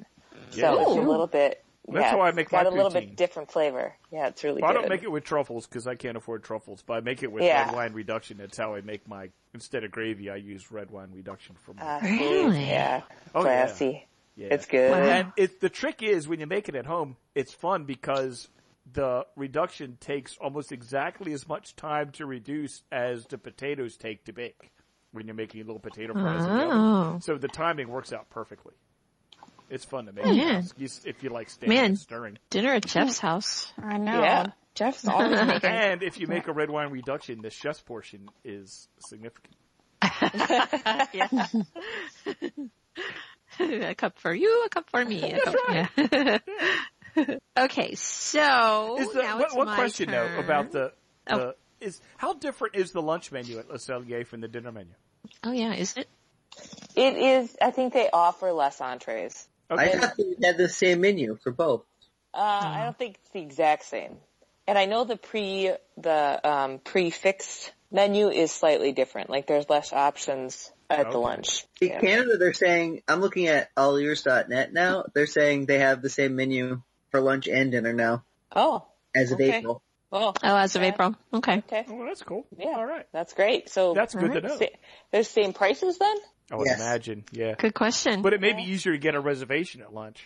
S4: so it's a
S3: Yeah.
S4: little bit
S3: That's
S4: yeah,
S3: how I
S4: it's
S3: make
S4: got
S3: my
S4: a little
S3: poutine.
S4: bit different flavor. Yeah, it's really
S3: Well, I
S4: good.
S3: don't make it with truffles because I can't afford truffles, but I make it with
S4: Yeah.
S3: red wine reduction. That's how I make my, instead of gravy, I use red wine reduction for my,
S4: Uh,
S1: Really?
S4: Yeah.
S3: Oh, yeah.
S4: Classy.
S3: yeah.
S4: It's good.
S3: And it, the trick is when you make it at home, it's fun because the reduction takes almost exactly as much time to reduce as the potatoes take to bake when you're making little potato fries. in the oven.
S1: Oh.
S3: So the timing works out perfectly. It's fun to make.
S1: Man.
S3: You s- If you like standing
S1: Man.
S3: and stirring.
S1: Dinner at Jeff's house.
S7: I know.
S4: Yeah.
S7: Jeff's always making.
S3: And if you make a red wine reduction, the chef's portion is significant.
S1: Yeah. a cup for you, a cup for me. a cup- yeah. okay, so
S3: Is the,
S1: now it's
S3: one, one
S1: my
S3: question
S1: turn.
S3: though about the,
S1: Oh.
S3: the is how different is the lunch menu at Le Cellier from the dinner menu?
S1: Oh yeah, is it?
S4: It is, I think they offer less entrees.
S6: I thought they had the same menu for both.
S4: Uh,
S3: Mm-hmm.
S4: I don't think it's the exact same. And I know the pre, the, um, prefixed menu is slightly different. Like there's less options at
S3: Okay.
S4: the lunch.
S6: In
S4: Yeah.
S6: Canada, they're saying, I'm looking at allears.net now, they're saying they have the same menu for lunch and dinner now
S4: Oh,
S6: as of
S4: Okay.
S6: April.
S4: well,
S1: Oh, as of
S4: Yeah.
S1: April. Okay.
S4: okay.
S3: Oh, well, that's cool.
S4: Yeah.
S3: Uh, All right.
S4: That's great. So mm-hmm.
S3: That's good
S1: Alright.
S3: to know.
S4: sa- they're same prices then?
S3: I would
S6: Yes.
S3: imagine, yeah.
S1: Good question.
S3: But it may be easier to get a reservation at lunch.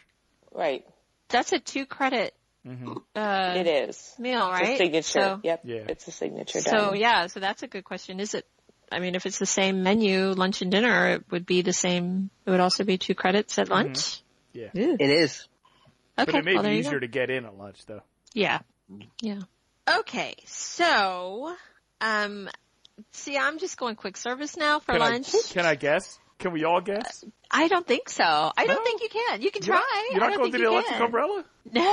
S4: Right.
S1: That's a two credit
S3: Mm-hmm.
S1: uh,
S4: It is.
S1: meal,
S4: It's
S1: right?
S4: a signature.
S1: So,
S4: yep.
S3: Yeah.
S4: It's a signature.
S1: so
S4: dining.
S1: yeah, so that's a good question. Is it? I mean, if it's the same menu, lunch and dinner, it would be the same. It would also be two credits at lunch.
S3: Mm-hmm. Yeah.
S1: Ooh.
S6: It is.
S1: Okay.
S3: But it may
S1: well,
S3: be
S1: there you go.
S3: easier to get in at lunch though.
S1: Yeah. Yeah. Okay. So, um, see, I'm just going quick service now for
S3: Can
S1: lunch.
S3: I can I guess? Can we all guess?
S1: I don't think so. I don't
S3: No?
S1: think you can. You can
S3: You're
S1: try.
S3: not- You're
S1: I
S3: not
S1: don't think
S3: going to the
S1: you
S3: electric
S1: can.
S3: umbrella?
S1: No,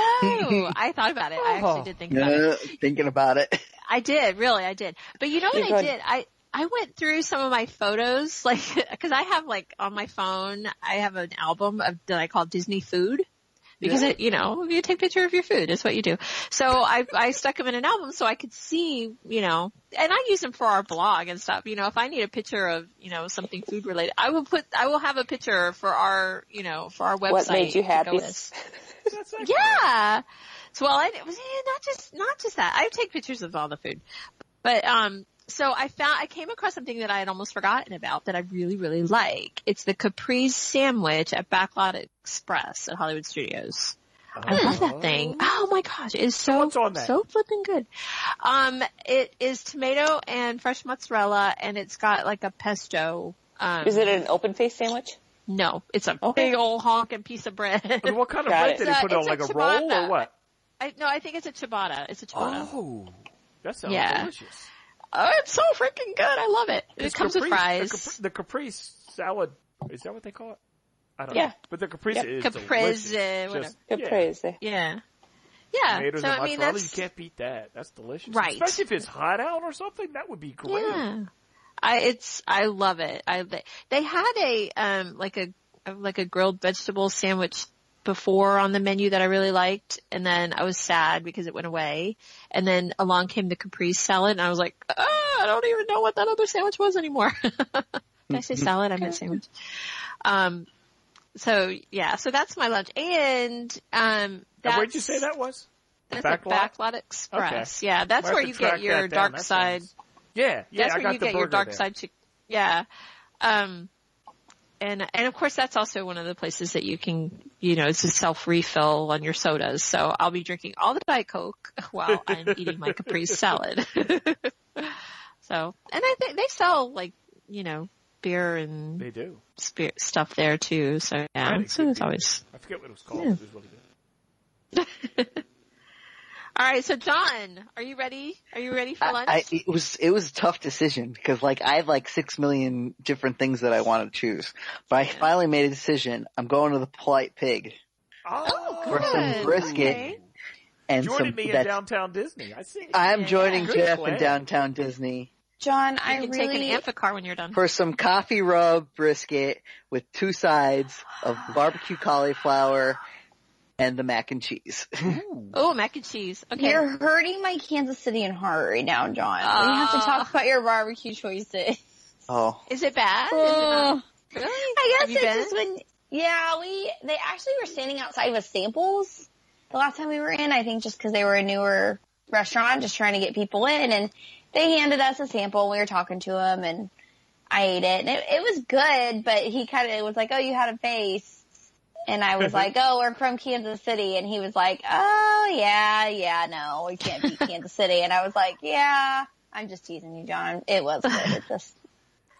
S1: I thought about it. I actually did think about it.
S6: Uh, thinking about it.
S1: I did, really, I did. But you know
S4: You're
S1: what I
S4: good.
S1: did? I I went through some of my photos, like, because I have like on my phone, I have an album of, that I call Disney Food. Because it, you know, you take a picture of your food. It's what you do. So I, I stuck them in an album so I could see, you know, and I use them for our blog and stuff. You know, if I need a picture of, you know, something food related, I will put, I will have a picture for our, you know, for our website.
S4: what made you
S1: to go
S4: happy?
S1: with.
S3: That's not
S1: Yeah. So well, I it was eh, not just not just that. I take pictures of all the food, but um. So I found I came across something that I had almost forgotten about that I really really like. It's the Capri's sandwich at Backlot Express at Hollywood Studios. I love that thing. Oh my gosh, it's so
S3: What's on that?
S1: so flipping good. Um, it is tomato and fresh mozzarella, and it's got like a pesto. Um,
S4: Is it an open face sandwich?
S1: no? It's a
S4: Okay.
S1: big old honking piece of bread.
S3: And what kind of
S4: Got
S3: bread
S4: it.
S3: did he
S1: It's a-
S3: put it on?
S1: it's a
S3: Like a roll or
S1: ciabatta.
S3: what?
S1: I, no, I think it's a ciabatta. It's a ciabatta.
S3: Oh, that sounds
S1: Yeah.
S3: delicious.
S1: Oh, it's so freaking good. I love it. It
S3: It's
S1: comes
S3: Capri-
S1: with fries.
S3: The Capri, the Capri salad is that what they call it? I don't
S4: Yeah.
S3: know. But the Capri
S4: Yep.
S3: is
S1: Caprese,
S3: delicious.
S1: whatever.
S3: Just-
S4: Good
S3: yeah.
S4: praise.
S1: yeah. Yeah.
S3: Tomatoes
S1: so
S3: and
S1: I mean,
S3: mozzarella,
S1: that's,
S3: you can't beat that. That's delicious.
S1: Right.
S3: Especially if it's hot out or something, that would be great.
S1: yeah. I, it's, I love it. I, they- they had a, um, like a, like a grilled vegetable sandwich before on the menu that I really liked. And then I was sad because it went away. And then along came the caprese salad and I was like, oh, I don't even know what that other sandwich was anymore. Did I say salad? I meant sandwich. Um, so yeah, so that's my lunch. And, um,
S3: And
S1: that's,
S3: where'd you say that was?
S1: That's
S3: Back
S1: at
S3: lot?
S1: Backlot Express.
S3: Okay.
S1: Yeah, that's
S3: Might
S1: where
S3: have
S1: you
S3: to
S1: get
S3: track
S1: your
S3: that down.
S1: dark
S3: That
S1: side.
S3: sounds- Yeah, yeah,
S1: that's
S3: I
S1: where
S3: got
S1: you
S3: the
S1: get your
S3: burger
S1: dark
S3: there.
S1: side chick. Yeah. Um, and and of course that's also one of the places that you can you know it's a self refill on your sodas. So I'll be drinking all the diet coke while I'm eating my caprese salad. so and I think they sell like you know beer and
S3: They do.
S1: spirit stuff there too. So yeah,
S3: Right, it
S1: so
S3: could
S1: it's
S3: be.
S1: always
S3: I forget what it was called.
S1: Yeah.
S3: It was really good.
S1: all right. So John, are you ready? Are you ready for
S6: I,
S1: lunch?
S6: I- it was it was a tough decision because like I have like six million different things that I want to choose, but I finally made a decision. I'm going to the polite pig
S3: Oh,
S6: for some
S1: Good,
S6: brisket
S1: okay.
S6: and
S3: Joining
S6: some.
S3: me in
S6: that's-
S3: downtown Disney. I see.
S6: I am
S1: Yeah,
S6: joining
S3: yeah. Good
S6: Jeff
S3: plan.
S6: in downtown Disney
S7: John,
S1: You
S7: I
S1: can
S7: really
S1: take an Amphicar when you're done.
S6: for some coffee rub brisket with two sides of barbecue cauliflower and the mac and cheese.
S1: Oh, mac and cheese. Okay.
S7: You're hurting my Kansas City and heart right now, John. we have to
S1: Ah.
S7: talk about your barbecue choices.
S6: oh,
S1: Is it bad? Is it not?
S7: Oh.
S1: Really?
S7: I
S1: Have
S7: guess
S1: you
S7: it's
S1: been?
S7: just when, yeah, we, they actually were standing outside with samples
S5: the last time we were in, I think just because they were a newer restaurant, just trying to get people in and they handed us a sample. We were talking to him and I ate it and it, it was good, but he kind of was like, oh, you had a face. And I was like, oh, we're from Kansas City. And he was like, oh yeah, yeah, no, we can't be Kansas City. And I was like, yeah, I'm just teasing you, John. It was good. It just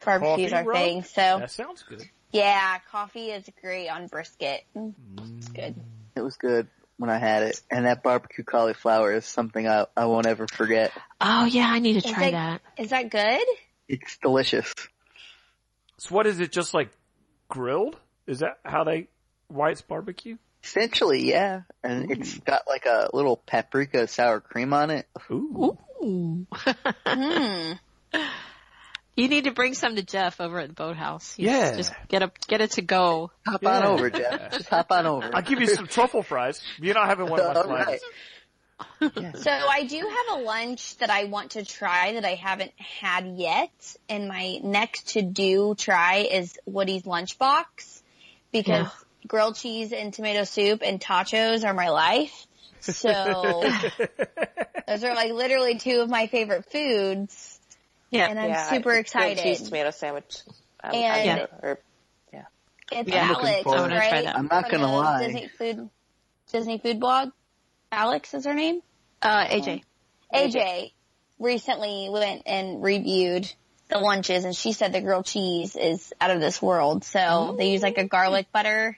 S5: barbecues
S3: Coffee
S5: our
S3: rub?
S5: thing. So
S3: That sounds good.
S5: yeah, coffee is great on brisket. Mm, It's good.
S6: It was good when I had it, and that barbecue cauliflower is something I, I won't ever forget.
S1: Oh yeah, I need to
S5: Is
S1: try
S5: it-
S1: that.
S5: Is that good?
S6: It's delicious.
S3: So what is it? Just like grilled? Is that how they? Why it's barbecue?
S6: Essentially, yeah, and it's got like a little paprika sour cream on it.
S3: Ooh.
S1: Ooh.
S5: Hmm.
S1: you need to bring some to Jeff over at the boathouse. He's-
S3: Yeah.
S1: Just get a get it to go.
S6: Hop on
S3: Yeah.
S6: over, Jeff. Just hop on over.
S3: I'll give you some truffle fries. You're not having one of my
S6: All
S3: fries.
S6: right.
S5: Hmm. So I do have a lunch that I want to try that I haven't had yet, and my next to do try is Woody's lunchbox because
S1: Yeah.
S5: grilled cheese and tomato soup and tacos are my life. So those are like literally two of my favorite foods,
S1: Yeah.
S5: and I'm
S4: yeah,
S5: super
S4: it's grilled
S5: excited.
S4: Cheese tomato sandwich. Um,
S5: And-
S4: I- or-
S5: It's
S1: Yeah. I'm
S6: looking
S5: Alex,
S6: forward.
S1: I wanna try
S5: right?
S1: that.
S6: I'm not
S5: From
S6: gonna
S5: the
S6: lie.
S5: Disney food, Disney food blog. Alex is her name.
S1: Uh, AJ.
S5: AJ recently went and reviewed the lunches and she said the grilled cheese is out of this world. So they use like a garlic butter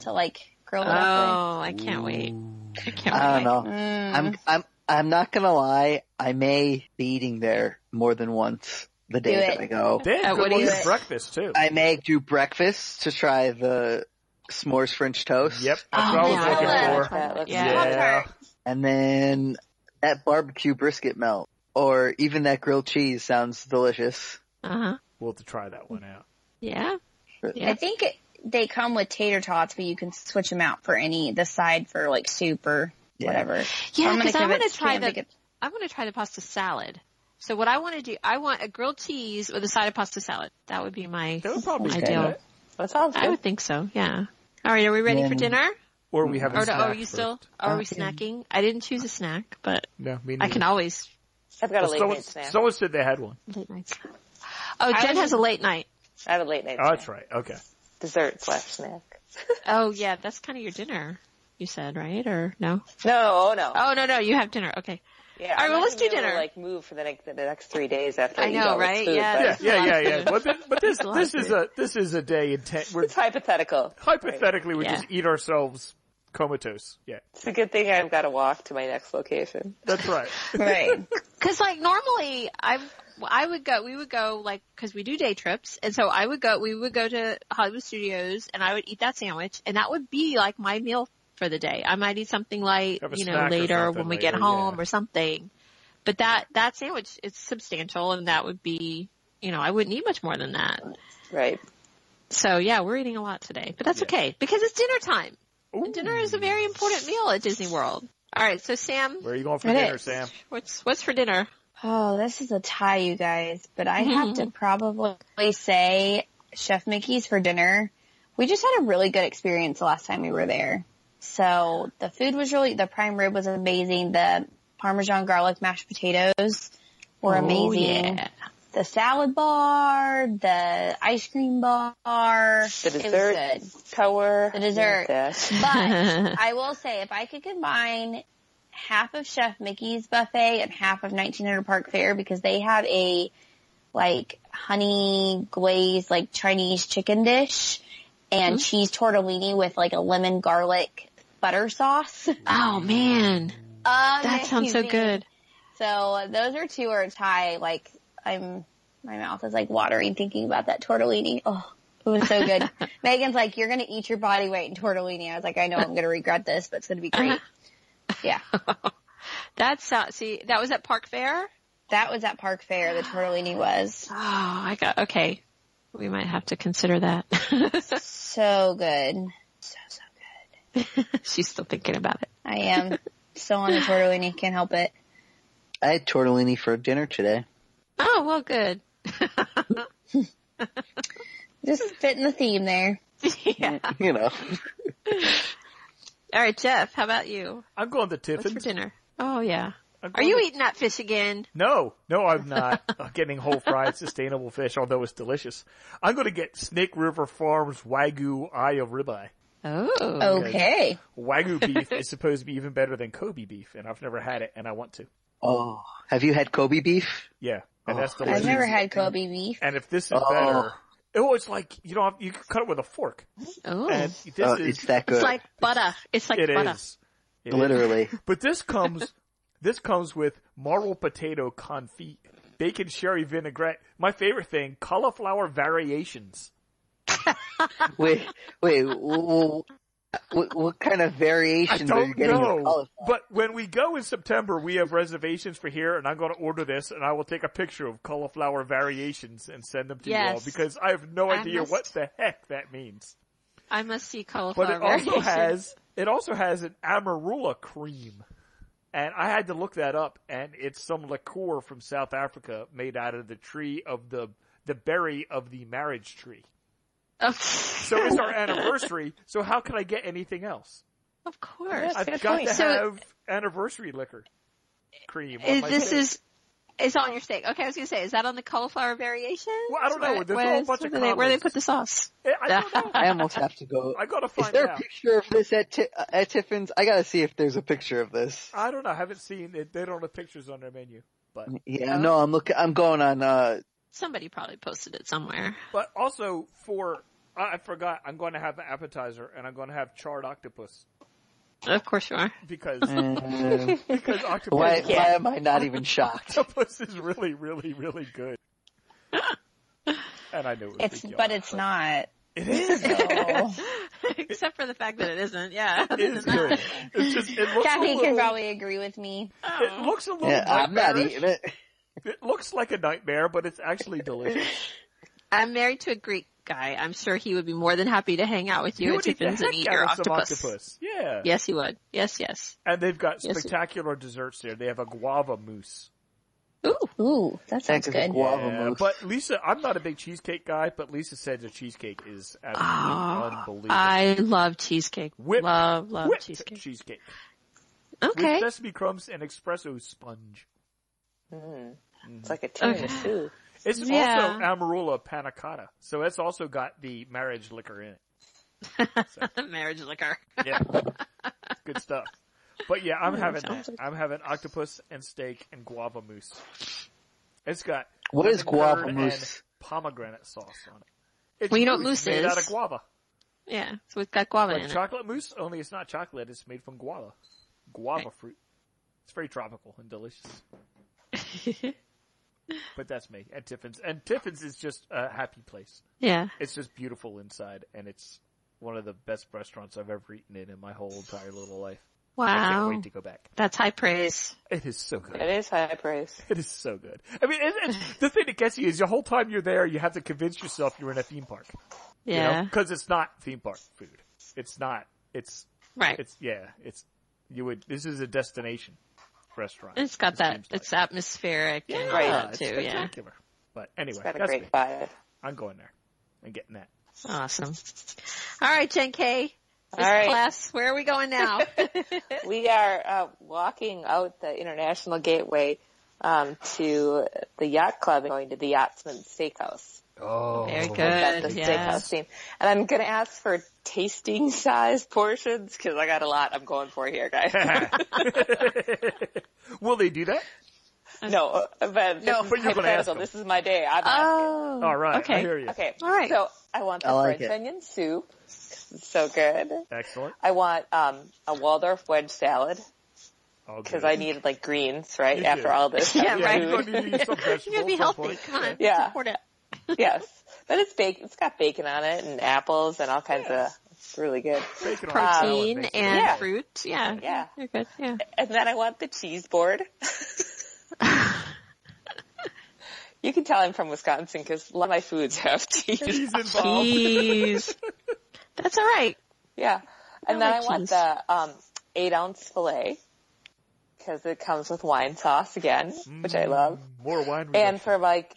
S5: to like grill it up
S1: Oh, I can't wait. I can't
S6: I
S1: wait.
S6: don't know.
S5: with. Mm.
S3: Mm-hmm.
S6: I'm I'm I'm not gonna lie. I may be eating there more than once the day
S5: Do
S6: that
S5: it.
S6: I go.
S3: They have
S1: At
S3: good ones
S1: Woody's?
S3: for breakfast too.
S6: I may do breakfast to try the s'mores French toast.
S3: Yep, that's what I
S1: Oh,
S3: was
S1: yeah,
S3: looking
S1: I
S3: for.
S1: wanna try
S4: Yeah,
S1: that.
S4: that's-
S1: Yeah.
S3: Yeah.
S6: and then that barbecue brisket melt, or even that grilled cheese sounds delicious.
S1: Uh huh.
S3: We'll have to try that one out.
S1: Yeah.
S5: I think it, they come with tater tots, but you can switch them out for any, the side for like soup or
S6: Yeah.
S5: whatever.
S1: Yeah,
S5: I'm gonna
S1: because I
S5: give
S1: want
S5: it
S1: to try
S5: Cam to
S1: the
S5: get-
S1: I want to try the pasta salad. So what I want to do, I want a grilled cheese with a side of pasta salad. That would be my
S3: That would probably be
S1: ideal.
S3: good.
S4: that sounds
S1: I
S4: good.
S1: would think so. Yeah. All right. Are we ready for
S6: Then-
S1: dinner?
S3: Or we have a
S1: Or do, oh,
S3: snack
S1: are you
S3: first.
S1: still? Are we snacking? I didn't choose a snack, but
S3: No, me
S1: I can
S3: neither.
S1: always
S4: I've got a
S3: Well,
S4: late
S3: someone,
S4: night snack.
S3: someone said they had one.
S1: late night snack. Oh, Jen
S4: was-
S1: has a late night.
S4: I have a late night
S3: Oh,
S4: snack.
S3: that's right. Okay.
S4: Dessert slash snack.
S1: Oh yeah, that's kind of your dinner. You said right or no?
S4: No, oh no.
S1: Oh no no, you have dinner. Okay.
S4: Yeah,
S1: All right,
S4: I'm
S1: well,
S4: not
S1: let's do
S4: gonna be able to,
S1: dinner.
S4: like move for the next the next three days after
S1: I
S4: eat
S1: know,
S4: all this
S1: right?
S4: Food,
S1: Yeah,
S4: but
S1: that's-
S3: Yeah, yeah, yeah. But, thi- but this
S1: That's a lot
S3: this
S1: of
S3: is a this is a day intent. We're
S4: it's hypothetical.
S3: hypothetically we
S1: Yeah.
S3: just eat ourselves comatose. Yeah,
S4: It's a good thing I've got to walk to my next location.
S3: that's right.
S5: Right.
S1: Cause like normally I I would go we would go like cause we do day trips and so I would go we would go to Hollywood Studios and I would eat that sandwich and that would be like my meal for the day. I might eat something like
S3: Have a
S1: you know
S3: snack or
S1: later
S3: something
S1: when we get
S3: later,
S1: home
S3: yeah.
S1: or something. But that that sandwich it's substantial and that would be you know I wouldn't eat much more than that.
S4: Right.
S1: So yeah, we're eating a lot today, but that's okay because it's dinner time. And dinner is a very important meal at Disney World. All right, so Sam,
S3: Where are you going for
S5: It
S3: dinner,
S5: is.
S3: Sam?
S1: what's what's for dinner?
S5: Oh, this is a tie, you guys, but I have to probably say Chef Mickey's for dinner. We just had a really good experience the last time we were there. So the food was really, the prime rib was amazing. The Parmesan garlic mashed potatoes were
S1: Oh,
S5: amazing.
S1: yeah.
S5: The salad bar, the ice cream bar.
S4: The dessert
S5: It was good.
S4: tower.
S5: The dessert.
S4: Yes.
S5: But I will say if I could combine half of Chef Mickey's buffet and half of 1900 Park Fair because they have a like honey glazed like Chinese chicken dish and
S1: Mm-hmm.
S5: cheese tortellini with like a lemon garlic butter sauce.
S1: Oh man, that sounds so
S5: Amazing.
S1: good.
S5: So those are two are a tie. Like I'm, my mouth is like watering thinking about that tortellini. Oh, it was so good. Megan's like, you're going to eat your body weight in tortellini. I was like, I know I'm going to regret this, but it's going to be great.
S1: Uh-huh.
S5: Yeah.
S1: That sounds. uh, See, that was at Park Fair.
S5: That was at Park Fair. The tortellini was
S1: Oh, I got okay. We might have to consider that.
S5: so good. So, so good.
S1: She's still thinking about it.
S5: I am so on the tortellini. Can't help it.
S6: I had tortellini for dinner today.
S1: Oh well, good.
S5: Just fitting the theme there.
S1: yeah.
S6: You know,
S1: All right, Jeff, how about you?
S3: I'm going to
S1: What's for
S3: Tiffin's.
S1: dinner? Oh yeah.
S3: I'm
S1: Are
S3: going
S1: you
S3: to-
S1: eating that fish again?
S3: No, no, I'm not. I'm getting whole fried sustainable fish, although it's delicious. I'm going to get Snake River Farms Wagyu Eye of Ribeye.
S1: Oh.
S5: Okay.
S3: Wagyu beef is supposed to be even better than Kobe beef, and I've never had it, and I want to.
S6: Oh, have you had Kobe beef?
S3: Yeah, and that's
S6: Oh.
S3: delicious.
S5: I've never had Kobe beef.
S3: And if this is
S6: Oh.
S3: better, oh, it's like you know you can cut it with a fork.
S1: Oh.
S3: And
S1: It's
S3: this
S6: oh,
S3: is
S6: it's that good.
S1: like butter. It's like
S3: it
S1: butter.
S3: is. It is.
S6: Literally.
S3: But this comes, this comes with marble potato confit, bacon sherry vinaigrette. My favorite thing, cauliflower variations.
S6: wait, wait, what, what, what kind of
S3: I
S6: variations are you
S3: don't
S6: getting Oh, with
S3: know.
S6: cauliflower?
S3: But when we go in September, we have reservations for here, and I'm going to order this, and I will take a picture of cauliflower variations and send them to you all
S1: Yes.
S3: because I have no
S1: I
S3: idea
S1: must-
S3: what the heck that means.
S1: I must see cauliflower.
S3: But it also
S1: variation.
S3: has it also has an amarula cream. And I had to look that up and it's some liqueur from South Africa made out of the tree of the the berry of the marriage tree.
S1: Oh.
S3: So it's our anniversary, so how can I get anything else?
S1: Of course.
S3: I've
S5: good
S3: got
S5: point.
S3: to
S1: So-
S3: have anniversary liquor cream. on
S1: Is-
S3: my
S1: this
S3: steak.
S1: is it's on your steak. Okay, I was gonna say, is that on the cauliflower variation?
S3: Well, I don't know.
S1: What-
S3: There's a
S1: what
S3: whole
S1: is-
S3: bunch
S1: what
S3: of
S1: do they- Where do they
S3: combos.
S1: put the sauce?
S3: I don't know.
S6: I almost have to go.
S3: I gotta
S6: Is
S3: find
S6: there a
S3: out.
S6: picture of this at, Ti- uh, at Tiffin's? I gotta see if there's a picture of this.
S3: I don't know. I haven't seen it. They don't have pictures on their menu. But
S6: Yeah, no, I'm looking, I'm going on, uh,
S1: Somebody probably posted it somewhere.
S3: But also for I I forgot I'm going to have an appetizer and I'm going to have charred octopus
S1: Of course you are.
S3: because
S6: uh,
S3: because octopus
S6: why, why am I not even shocked?
S3: octopus is really really really good. And I knew it. would
S5: It's
S3: freak you
S5: but
S3: out,
S5: it's not.
S3: It is.
S5: Oh.
S1: Except for the fact that it isn't. Yeah.
S3: It is good. It's just it looks a
S5: Kathy
S3: little,
S5: can probably agree with me.
S3: it looks a little
S6: Yeah, I'm not
S3: nightmarish.
S6: eating it.
S3: It looks like a nightmare, but it's actually delicious.
S1: I'm married to a Greek guy. I'm sure he would be more than happy to hang out with you
S3: You
S1: at
S3: would eat the
S1: Tiffin's and eat
S3: heck
S1: your
S3: out of some
S1: octopus.
S3: octopus. Yeah.
S1: Yes, he would. Yes, yes.
S3: And they've got
S1: Yes, it-
S3: spectacular desserts there. They have a guava mousse.
S1: Ooh.
S5: Ooh, that sounds
S6: Heck is a
S5: good.
S6: guava
S3: Yeah,
S6: mousse.
S3: But Lisa, I'm not a big cheesecake guy, but Lisa said the cheesecake is absolutely
S1: Oh,
S3: unbelievable.
S1: I love cheesecake.
S3: Whipped-
S1: love, love
S3: Whipped
S1: cheesecake.
S3: cheesecake
S1: okay.
S3: with sesame crumbs and espresso sponge. Mm-hmm.
S4: Mm. It's like a tiramisu.
S3: It's
S1: Yeah.
S3: also Amarula panna cotta, so it's also got the marriage liquor in it.
S1: Marriage liquor.
S3: Yeah, good stuff. But yeah, I'm
S1: Mm,
S3: having that.
S1: sounds like-
S3: I'm having octopus and steak and guava mousse. It's got
S6: What is
S3: lemon
S6: guava
S3: curd
S6: mousse?
S3: and pomegranate sauce on it. It's
S1: Well, you know what
S3: mousse
S1: mousse
S3: made out
S1: is?
S3: of guava.
S1: Yeah, so it's got guava
S3: Like
S1: in it.
S3: chocolate mousse, only it's not chocolate, it's made from guava. Guava
S1: Right.
S3: fruit. It's very tropical and delicious. But that's me at Tiffin's. And Tiffin's is just a happy place.
S1: yeah.
S3: It's just beautiful inside and it's one of the best restaurants I've ever eaten in in my whole entire little life. I can't
S1: Wow.
S3: wait to go back.
S1: That's high praise.
S3: It is so good.
S4: It is high praise.
S3: It is so good. I mean, it, it's, the thing that gets you is the whole time you're there, you have to convince yourself you're in a theme park.
S1: Yeah.
S3: Because it's not theme park food. It's not. It's
S1: Right.
S3: It's yeah. It's you would. This is a destination restaurant.
S1: it's got
S3: it
S1: that.
S3: seems like.
S1: It's atmospheric and all
S4: Right.
S1: that
S3: it's
S1: too. Yeah.
S3: spectacular. But anyway,
S4: It's got a
S3: that's
S4: great
S3: me.
S4: vibe.
S3: I'm going there and getting that.
S1: Awesome. All right, Jen K. This
S4: All right.
S1: class, where are we going now?
S4: We are uh, walking out the International Gateway um, to the yacht club and going to the Yachtsman Steakhouse.
S3: Oh,
S1: Very good.
S4: That's the
S1: yes.
S4: steakhouse team. And I'm going to ask for tasting size portions because I got a lot I'm going for here, guys.
S3: Will they do that?
S4: no, but
S1: No,
S3: but
S4: this is
S3: you're gonna ask
S4: hypothetical.
S3: them.
S4: This is my day. I'm asking.
S1: Oh.
S3: All right. I
S1: Okay.
S3: hear you.
S4: Okay.
S1: All right.
S4: So I want the
S6: I like
S4: French
S6: it.
S4: onion soup. It's so good.
S3: Excellent.
S4: I want um, a Waldorf wedge salad
S3: All
S4: because
S3: good.
S4: I needed like greens, right?
S3: You
S4: After
S3: do.
S4: all this.
S1: Yeah,
S3: Yeah,
S1: right.
S3: You're going to need some vegetables.
S1: You're gonna be
S3: at some
S1: healthy.
S3: point.
S1: Come on.
S4: Yeah.
S1: Support it.
S4: yes, but it's bacon. It's got bacon on it and apples and all kinds of. It's really good.
S3: Bacon on a salad
S1: Protein
S3: makes it
S1: and
S3: okay.
S1: fruit. Yeah.
S4: Yeah,
S1: You're good. Yeah.
S4: and then I want the cheese board. you can tell I'm from Wisconsin because a lot of my foods have cheese.
S3: He's involved.
S1: Cheese. That's all right.
S4: Yeah, and
S1: I
S4: then I
S1: like
S4: want
S1: cheese.
S4: the um, eight ounce fillet because it comes with wine sauce again, which I love.
S3: More wine.
S4: And
S3: reduction.
S4: for like,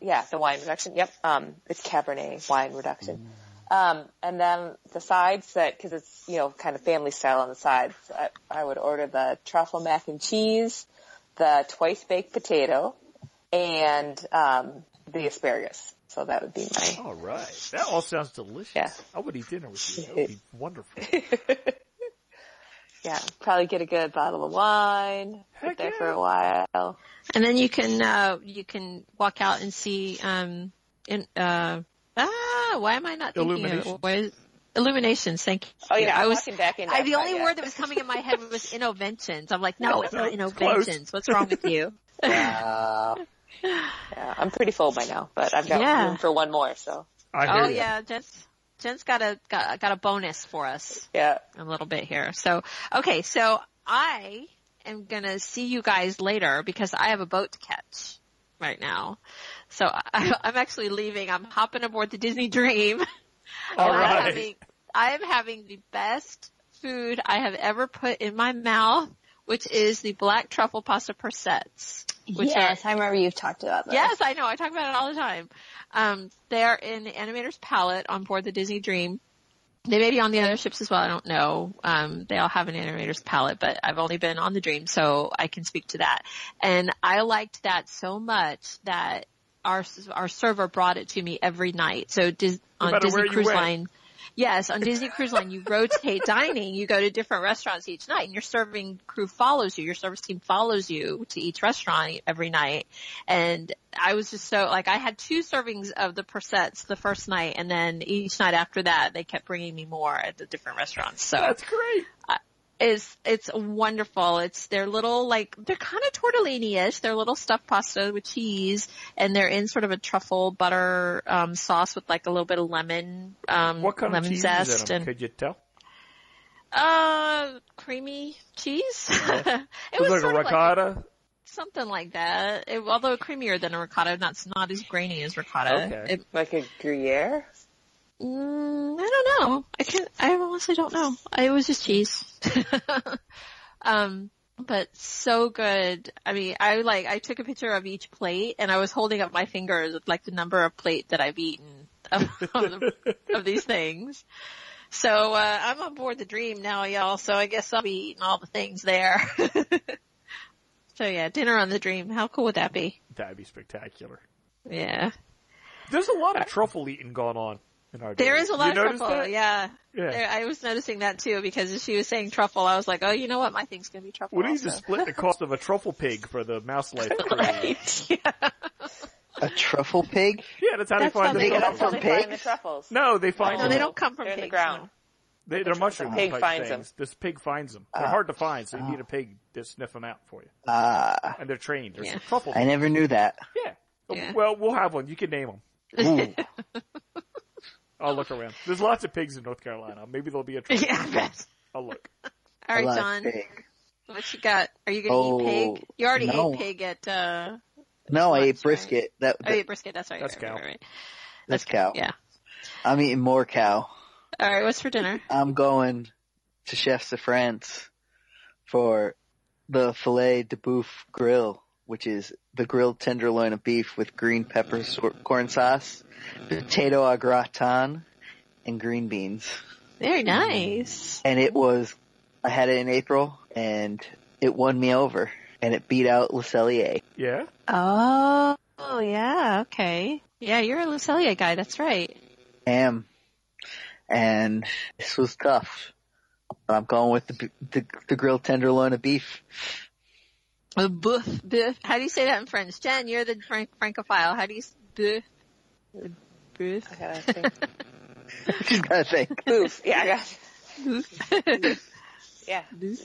S4: yeah, the wine reduction. Yep. Um, it's Cabernet wine reduction. Um, and then the sides that, cause it's, you know, kind of family style on the sides, I, I would order the truffle mac and cheese, the twice baked potato, and, um, the asparagus. So that would be my,
S3: All right. That all sounds delicious.
S4: Yeah.
S3: I would eat dinner with you. That would be wonderful.
S4: yeah, probably get a good bottle of wine,
S3: Heck
S4: sit there
S3: yeah.
S4: for a while.
S1: And then you can uh you can walk out and see um in uh ah why am I not thinking of
S3: Illuminations.
S1: it? What is- Illuminations, thank you.
S4: Oh yeah,
S1: I
S4: I'm
S1: was
S4: walking back in.
S1: I,
S4: that
S1: the
S4: spot
S1: only
S4: yet.
S1: word that was coming in my head was innoventions. I'm like, no, it's not
S3: It's close.
S1: innoventions. What's wrong with you?
S6: Wow.
S4: Yeah, I'm pretty full by now, but I've got
S1: Yeah.
S4: room for one more. So
S3: I hear
S1: Oh
S3: you.
S1: yeah, Jen's Jen's got a got, got a bonus for us.
S4: yeah,
S1: a little bit here. So, okay, so I am gonna see you guys later because I have a boat to catch right now. So I, I'm actually leaving. I'm hopping aboard the Disney Dream.
S3: All
S1: And I'm
S3: right.
S1: having- I am having the best food I have ever put in my mouth, which is the black truffle pasta persets. Which are
S5: yes, I remember you've talked about that.
S1: Yes, I know. I talk about it all the time. Um, they're in the animator's palette on board the Disney Dream. They may be on the other ships as well. I don't know. Um, they all have an animator's palette, but I've only been on the Dream, so I can speak to that. And I liked that so much that our our server brought it to me every night. So Dis- on
S3: matter
S1: Disney
S3: where you
S1: Cruise
S3: went.
S1: Line. Yes, on Disney Cruise Line, you rotate dining. You go to different restaurants each night, and your serving crew follows you. Your service team follows you to each restaurant every night. And I was just so like, I had two servings of the persets the first night, and then each night after that, they kept bringing me more at the different restaurants. So
S3: That's great.
S1: is it's wonderful. It's they're little like they're kind of tortellini-ish. They're little stuffed pasta with cheese, and they're in sort of a truffle butter um, sauce with like a little bit of lemon, um,
S3: What kind of
S1: lemon
S3: cheese
S1: zest,
S3: is in 'em?
S1: and
S3: Could you tell?
S1: uh, creamy cheese. it was
S3: Looks like
S1: sort
S3: a
S1: of like
S3: ricotta.
S1: something like that, it, although creamier than a ricotta, not not as grainy as ricotta.
S3: Okay.
S1: It-
S4: like a Gruyere.
S1: Mm, I don't know. I can't. I honestly don't know. It was just cheese. um, but so good. I mean, I like. I took a picture of each plate, and I was holding up my fingers with like the number of plate that I've eaten of, of, the, of these things. So uh, I'm on board the dream now, y'all. So I guess I'll be eating all the things there. so yeah, dinner on the dream. How cool would that be?
S3: That'd be spectacular.
S1: Yeah,
S3: There's a lot of truffle eating going on in our.
S1: there
S3: day.
S1: is a lot
S3: you
S1: of
S3: notice
S1: trouble.
S3: that?
S1: Yeah.
S3: Yeah.
S1: There, I was noticing that too because as she was saying truffle, I was like, oh, you know what, my thing's gonna be truffle.
S3: We need to
S1: also.
S3: split the cost of a truffle pig for the mouse life crew. yeah,
S1: Right. Yeah.
S6: A truffle pig?
S3: that's how
S1: That's
S3: they find
S1: how
S3: the
S1: they
S6: got
S3: truffle.
S6: from
S4: They find the
S6: pigs?
S4: truffles.
S3: No, they find
S1: No,
S3: them.
S1: they don't come from
S4: They're in
S1: pigs.
S4: the ground.
S3: They, they're mushroom
S4: Pig
S3: type
S4: finds 'em.
S3: things. This pig finds them.
S1: Ah.
S3: They're hard to find, so you need a pig to sniff them out for you.
S6: Ah,
S3: And they're trained. There's
S1: Yeah.
S3: some truffle.
S6: I never knew that.
S3: yeah. Oh,
S1: Yeah.
S3: Well, we'll have one. You can name them.
S6: Ooh.
S3: I'll look around. There's lots of pigs in North Carolina. Maybe there'll be
S1: no.
S3: a truffle.
S1: yeah, I bet.
S3: I'll look.
S1: All right,
S6: I like
S1: John,
S6: pig.
S1: what you got? Are you gonna eat
S6: Oh,
S1: pig? You already
S6: no.
S1: ate pig at. uh
S6: No, I
S1: Lunch,
S6: ate brisket. That,
S1: Oh,
S6: that-
S1: you ate brisket. That's right.
S3: That's
S1: right,
S3: cow.
S1: Right, right.
S6: that's cow.
S1: Yeah.
S6: I'm eating more cow.
S1: All right. What's for dinner?
S6: I'm going to Chef's of France for the filet de boeuf grill, which is the grilled tenderloin of beef with green pepper so- corn sauce, potato au gratin, and green beans. Mm.
S1: Very nice.
S6: And it was, I had it in April and it won me over and it beat out Le Cellier.
S3: Yeah.
S1: Oh, oh yeah. Okay. Yeah, you're a Lucelia guy. That's right.
S6: Am. And this was tough. But I'm going with the, b- the, the grilled tenderloin of beef.
S1: Uh, Boof, boof. How do you say that in French? Jen, you're the franc- francophile. How do you s- boof? Boof.
S4: I gotta think.
S6: Just gotta think.
S4: Boof. Yeah, I got.
S1: Boof.
S4: Yeah, beef.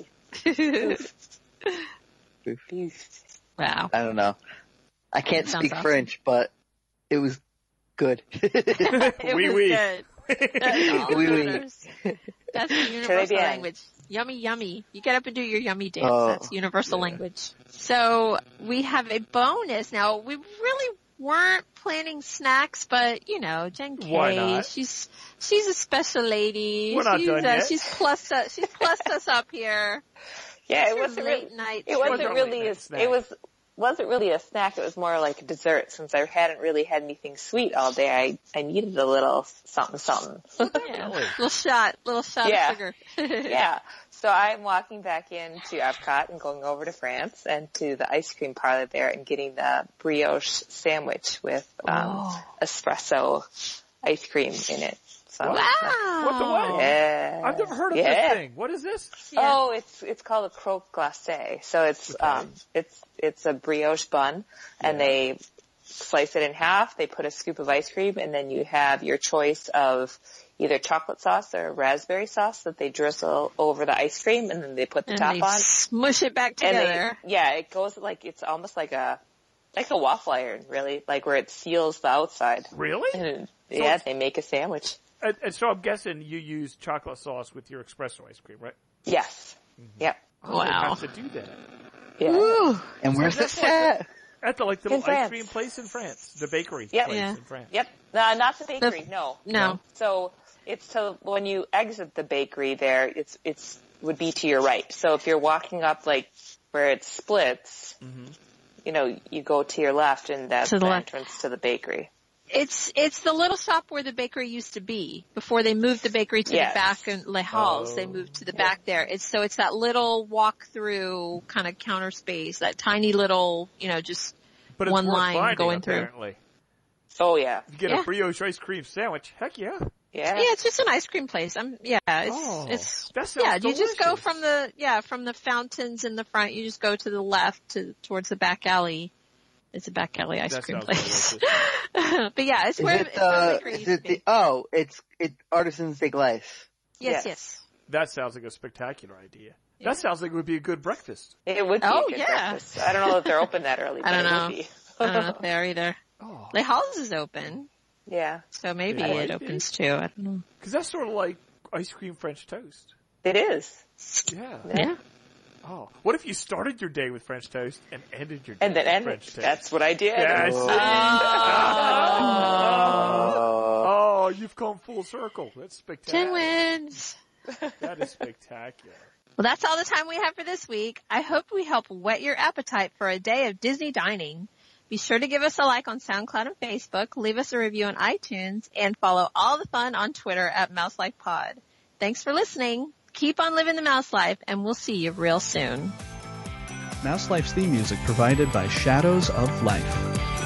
S1: wow.
S6: I don't know. I can't
S1: Sounds
S6: speak
S1: awesome.
S6: French, but it was good.
S1: It
S3: Wee
S1: was
S3: wee.
S1: good. That's all that
S6: Wee wee.
S1: matters. That's the universal
S4: bien.
S1: language. Yummy, yummy. You get up and do your yummy dance.
S6: Oh,
S1: That's universal
S3: yeah.
S1: language. So we have a bonus now. We really weren't planning snacks, but you know, Jen K,
S3: Why not?
S1: she's she's a special lady.
S3: We're not
S1: she's,
S3: done
S1: uh,
S3: yet.
S1: She's plus us. She's plus us up here.
S4: Yeah, it
S1: It's
S4: wasn't
S1: late
S4: really.
S1: night.
S4: It wasn't
S3: wasn't
S4: really.
S3: really
S4: as-
S3: that
S4: It was wasn't really a snack. It was more like a dessert since I hadn't really had anything sweet all day. I, I needed a little something something.
S1: Yeah. Little shot, little shot
S4: Yeah.
S1: of sugar.
S4: yeah. So I'm walking back into Epcot and going over to France and to the ice cream parlor there and getting the brioche sandwich with um,
S1: Oh.
S4: espresso ice cream in it. So
S3: Wow. What
S1: Ah,
S3: the what?
S4: Yeah.
S3: I've never heard of
S4: Yeah.
S3: this thing. What is this?
S1: Yeah.
S4: Oh, it's it's called a croque glacé. So it's um it's it's a brioche bun, and
S3: Yeah.
S4: they slice it in half. They put a scoop of ice cream, and then you have your choice of either chocolate sauce or raspberry sauce that they drizzle over the ice cream, and then they put the
S1: And
S4: top
S1: they
S4: on.
S1: smush it back
S4: And
S1: together.
S4: they, yeah, it goes like it's almost like a like a waffle iron, really, like where it seals the outside.
S3: Really?
S4: And yeah, they make a sandwich.
S3: And, and so I'm guessing you use chocolate sauce with your espresso ice cream, right?
S4: Yes.
S1: Mm-hmm.
S4: Yep.
S3: I
S1: wow.
S3: have to do that.
S4: Yeah.
S1: Ooh.
S6: And where's
S3: That's
S6: this
S3: like the-
S6: at?
S3: At the like the little ice
S4: France.
S3: cream place in France, the bakery
S4: Yep.
S3: place
S1: Yeah.
S3: in France.
S4: Yep. No, not the bakery. no.
S1: No.
S4: So it's to when you exit the bakery there, it's it's would be to your right. So if you're walking up like where it splits, you know, you go to your left and that's
S1: To
S4: the,
S1: the left.
S4: entrance to the bakery.
S1: It's it's the little shop where the bakery used to be before they moved the bakery to
S4: Yes.
S1: the back in Les Halles.
S3: Oh.
S1: They moved to the back there. It's so it's that little walk through kind of counter space, that tiny little, you know, just
S3: But it's
S1: One
S3: worth
S1: line
S3: finding,
S1: going through.
S3: apparently.
S4: Oh yeah.
S3: You get
S1: Yeah.
S3: a brioche ice cream sandwich. Heck yeah.
S4: Yeah.
S1: yeah, it's just an ice cream place. I'm yeah, it's
S3: Oh,
S1: it's
S3: that sounds
S1: yeah, you just go
S3: delicious.
S1: from the yeah, from the fountains in the front, you just go to the left to towards the back alley. It's a back alley ice
S3: That
S1: cream
S3: sounds
S1: place.
S3: delicious.
S1: but yeah, it's
S6: Is
S1: where
S6: it
S1: it's where the
S6: the,
S1: bakery
S6: is
S1: used to
S6: it
S1: be.
S6: the, oh, it's, it, Artisans des Glaces.
S1: Yes,
S4: Yes.
S1: yes.
S3: That sounds like a spectacular idea.
S1: Yeah.
S3: That sounds like it would be a good breakfast.
S4: It would be
S1: Oh,
S4: a good
S1: yeah.
S4: breakfast. I don't know if they're open that early,
S1: I
S4: but
S1: don't
S4: it
S1: know.
S4: would be.
S1: I don't know if they are either.
S3: Oh,
S1: Les Halls is open,
S4: yeah.
S1: so maybe
S3: Yeah.
S1: it opens too. I don't know.
S3: because that's sort of like ice cream French toast.
S4: It is.
S3: Yeah.
S1: Yeah.
S3: Oh, what if you started your day with French toast and ended your day
S4: And then
S3: with
S4: and
S3: French toast?
S4: that's what I did.
S3: Yes.
S6: Oh.
S3: Oh, you've come full circle. That's
S1: Ten
S3: spectacular.
S1: wins.
S3: That is spectacular.
S1: Well, that's all the time we have for this week. I hope we help whet your appetite for a day of Disney dining. Be sure to give us a like on SoundCloud and Facebook, leave us a review on iTunes, and follow all the fun on Twitter at Mouse Life Pod. Thanks for listening. Keep on living the mouse life, and we'll see you real soon.
S8: Mouse Life's theme music provided by Shadows of Life.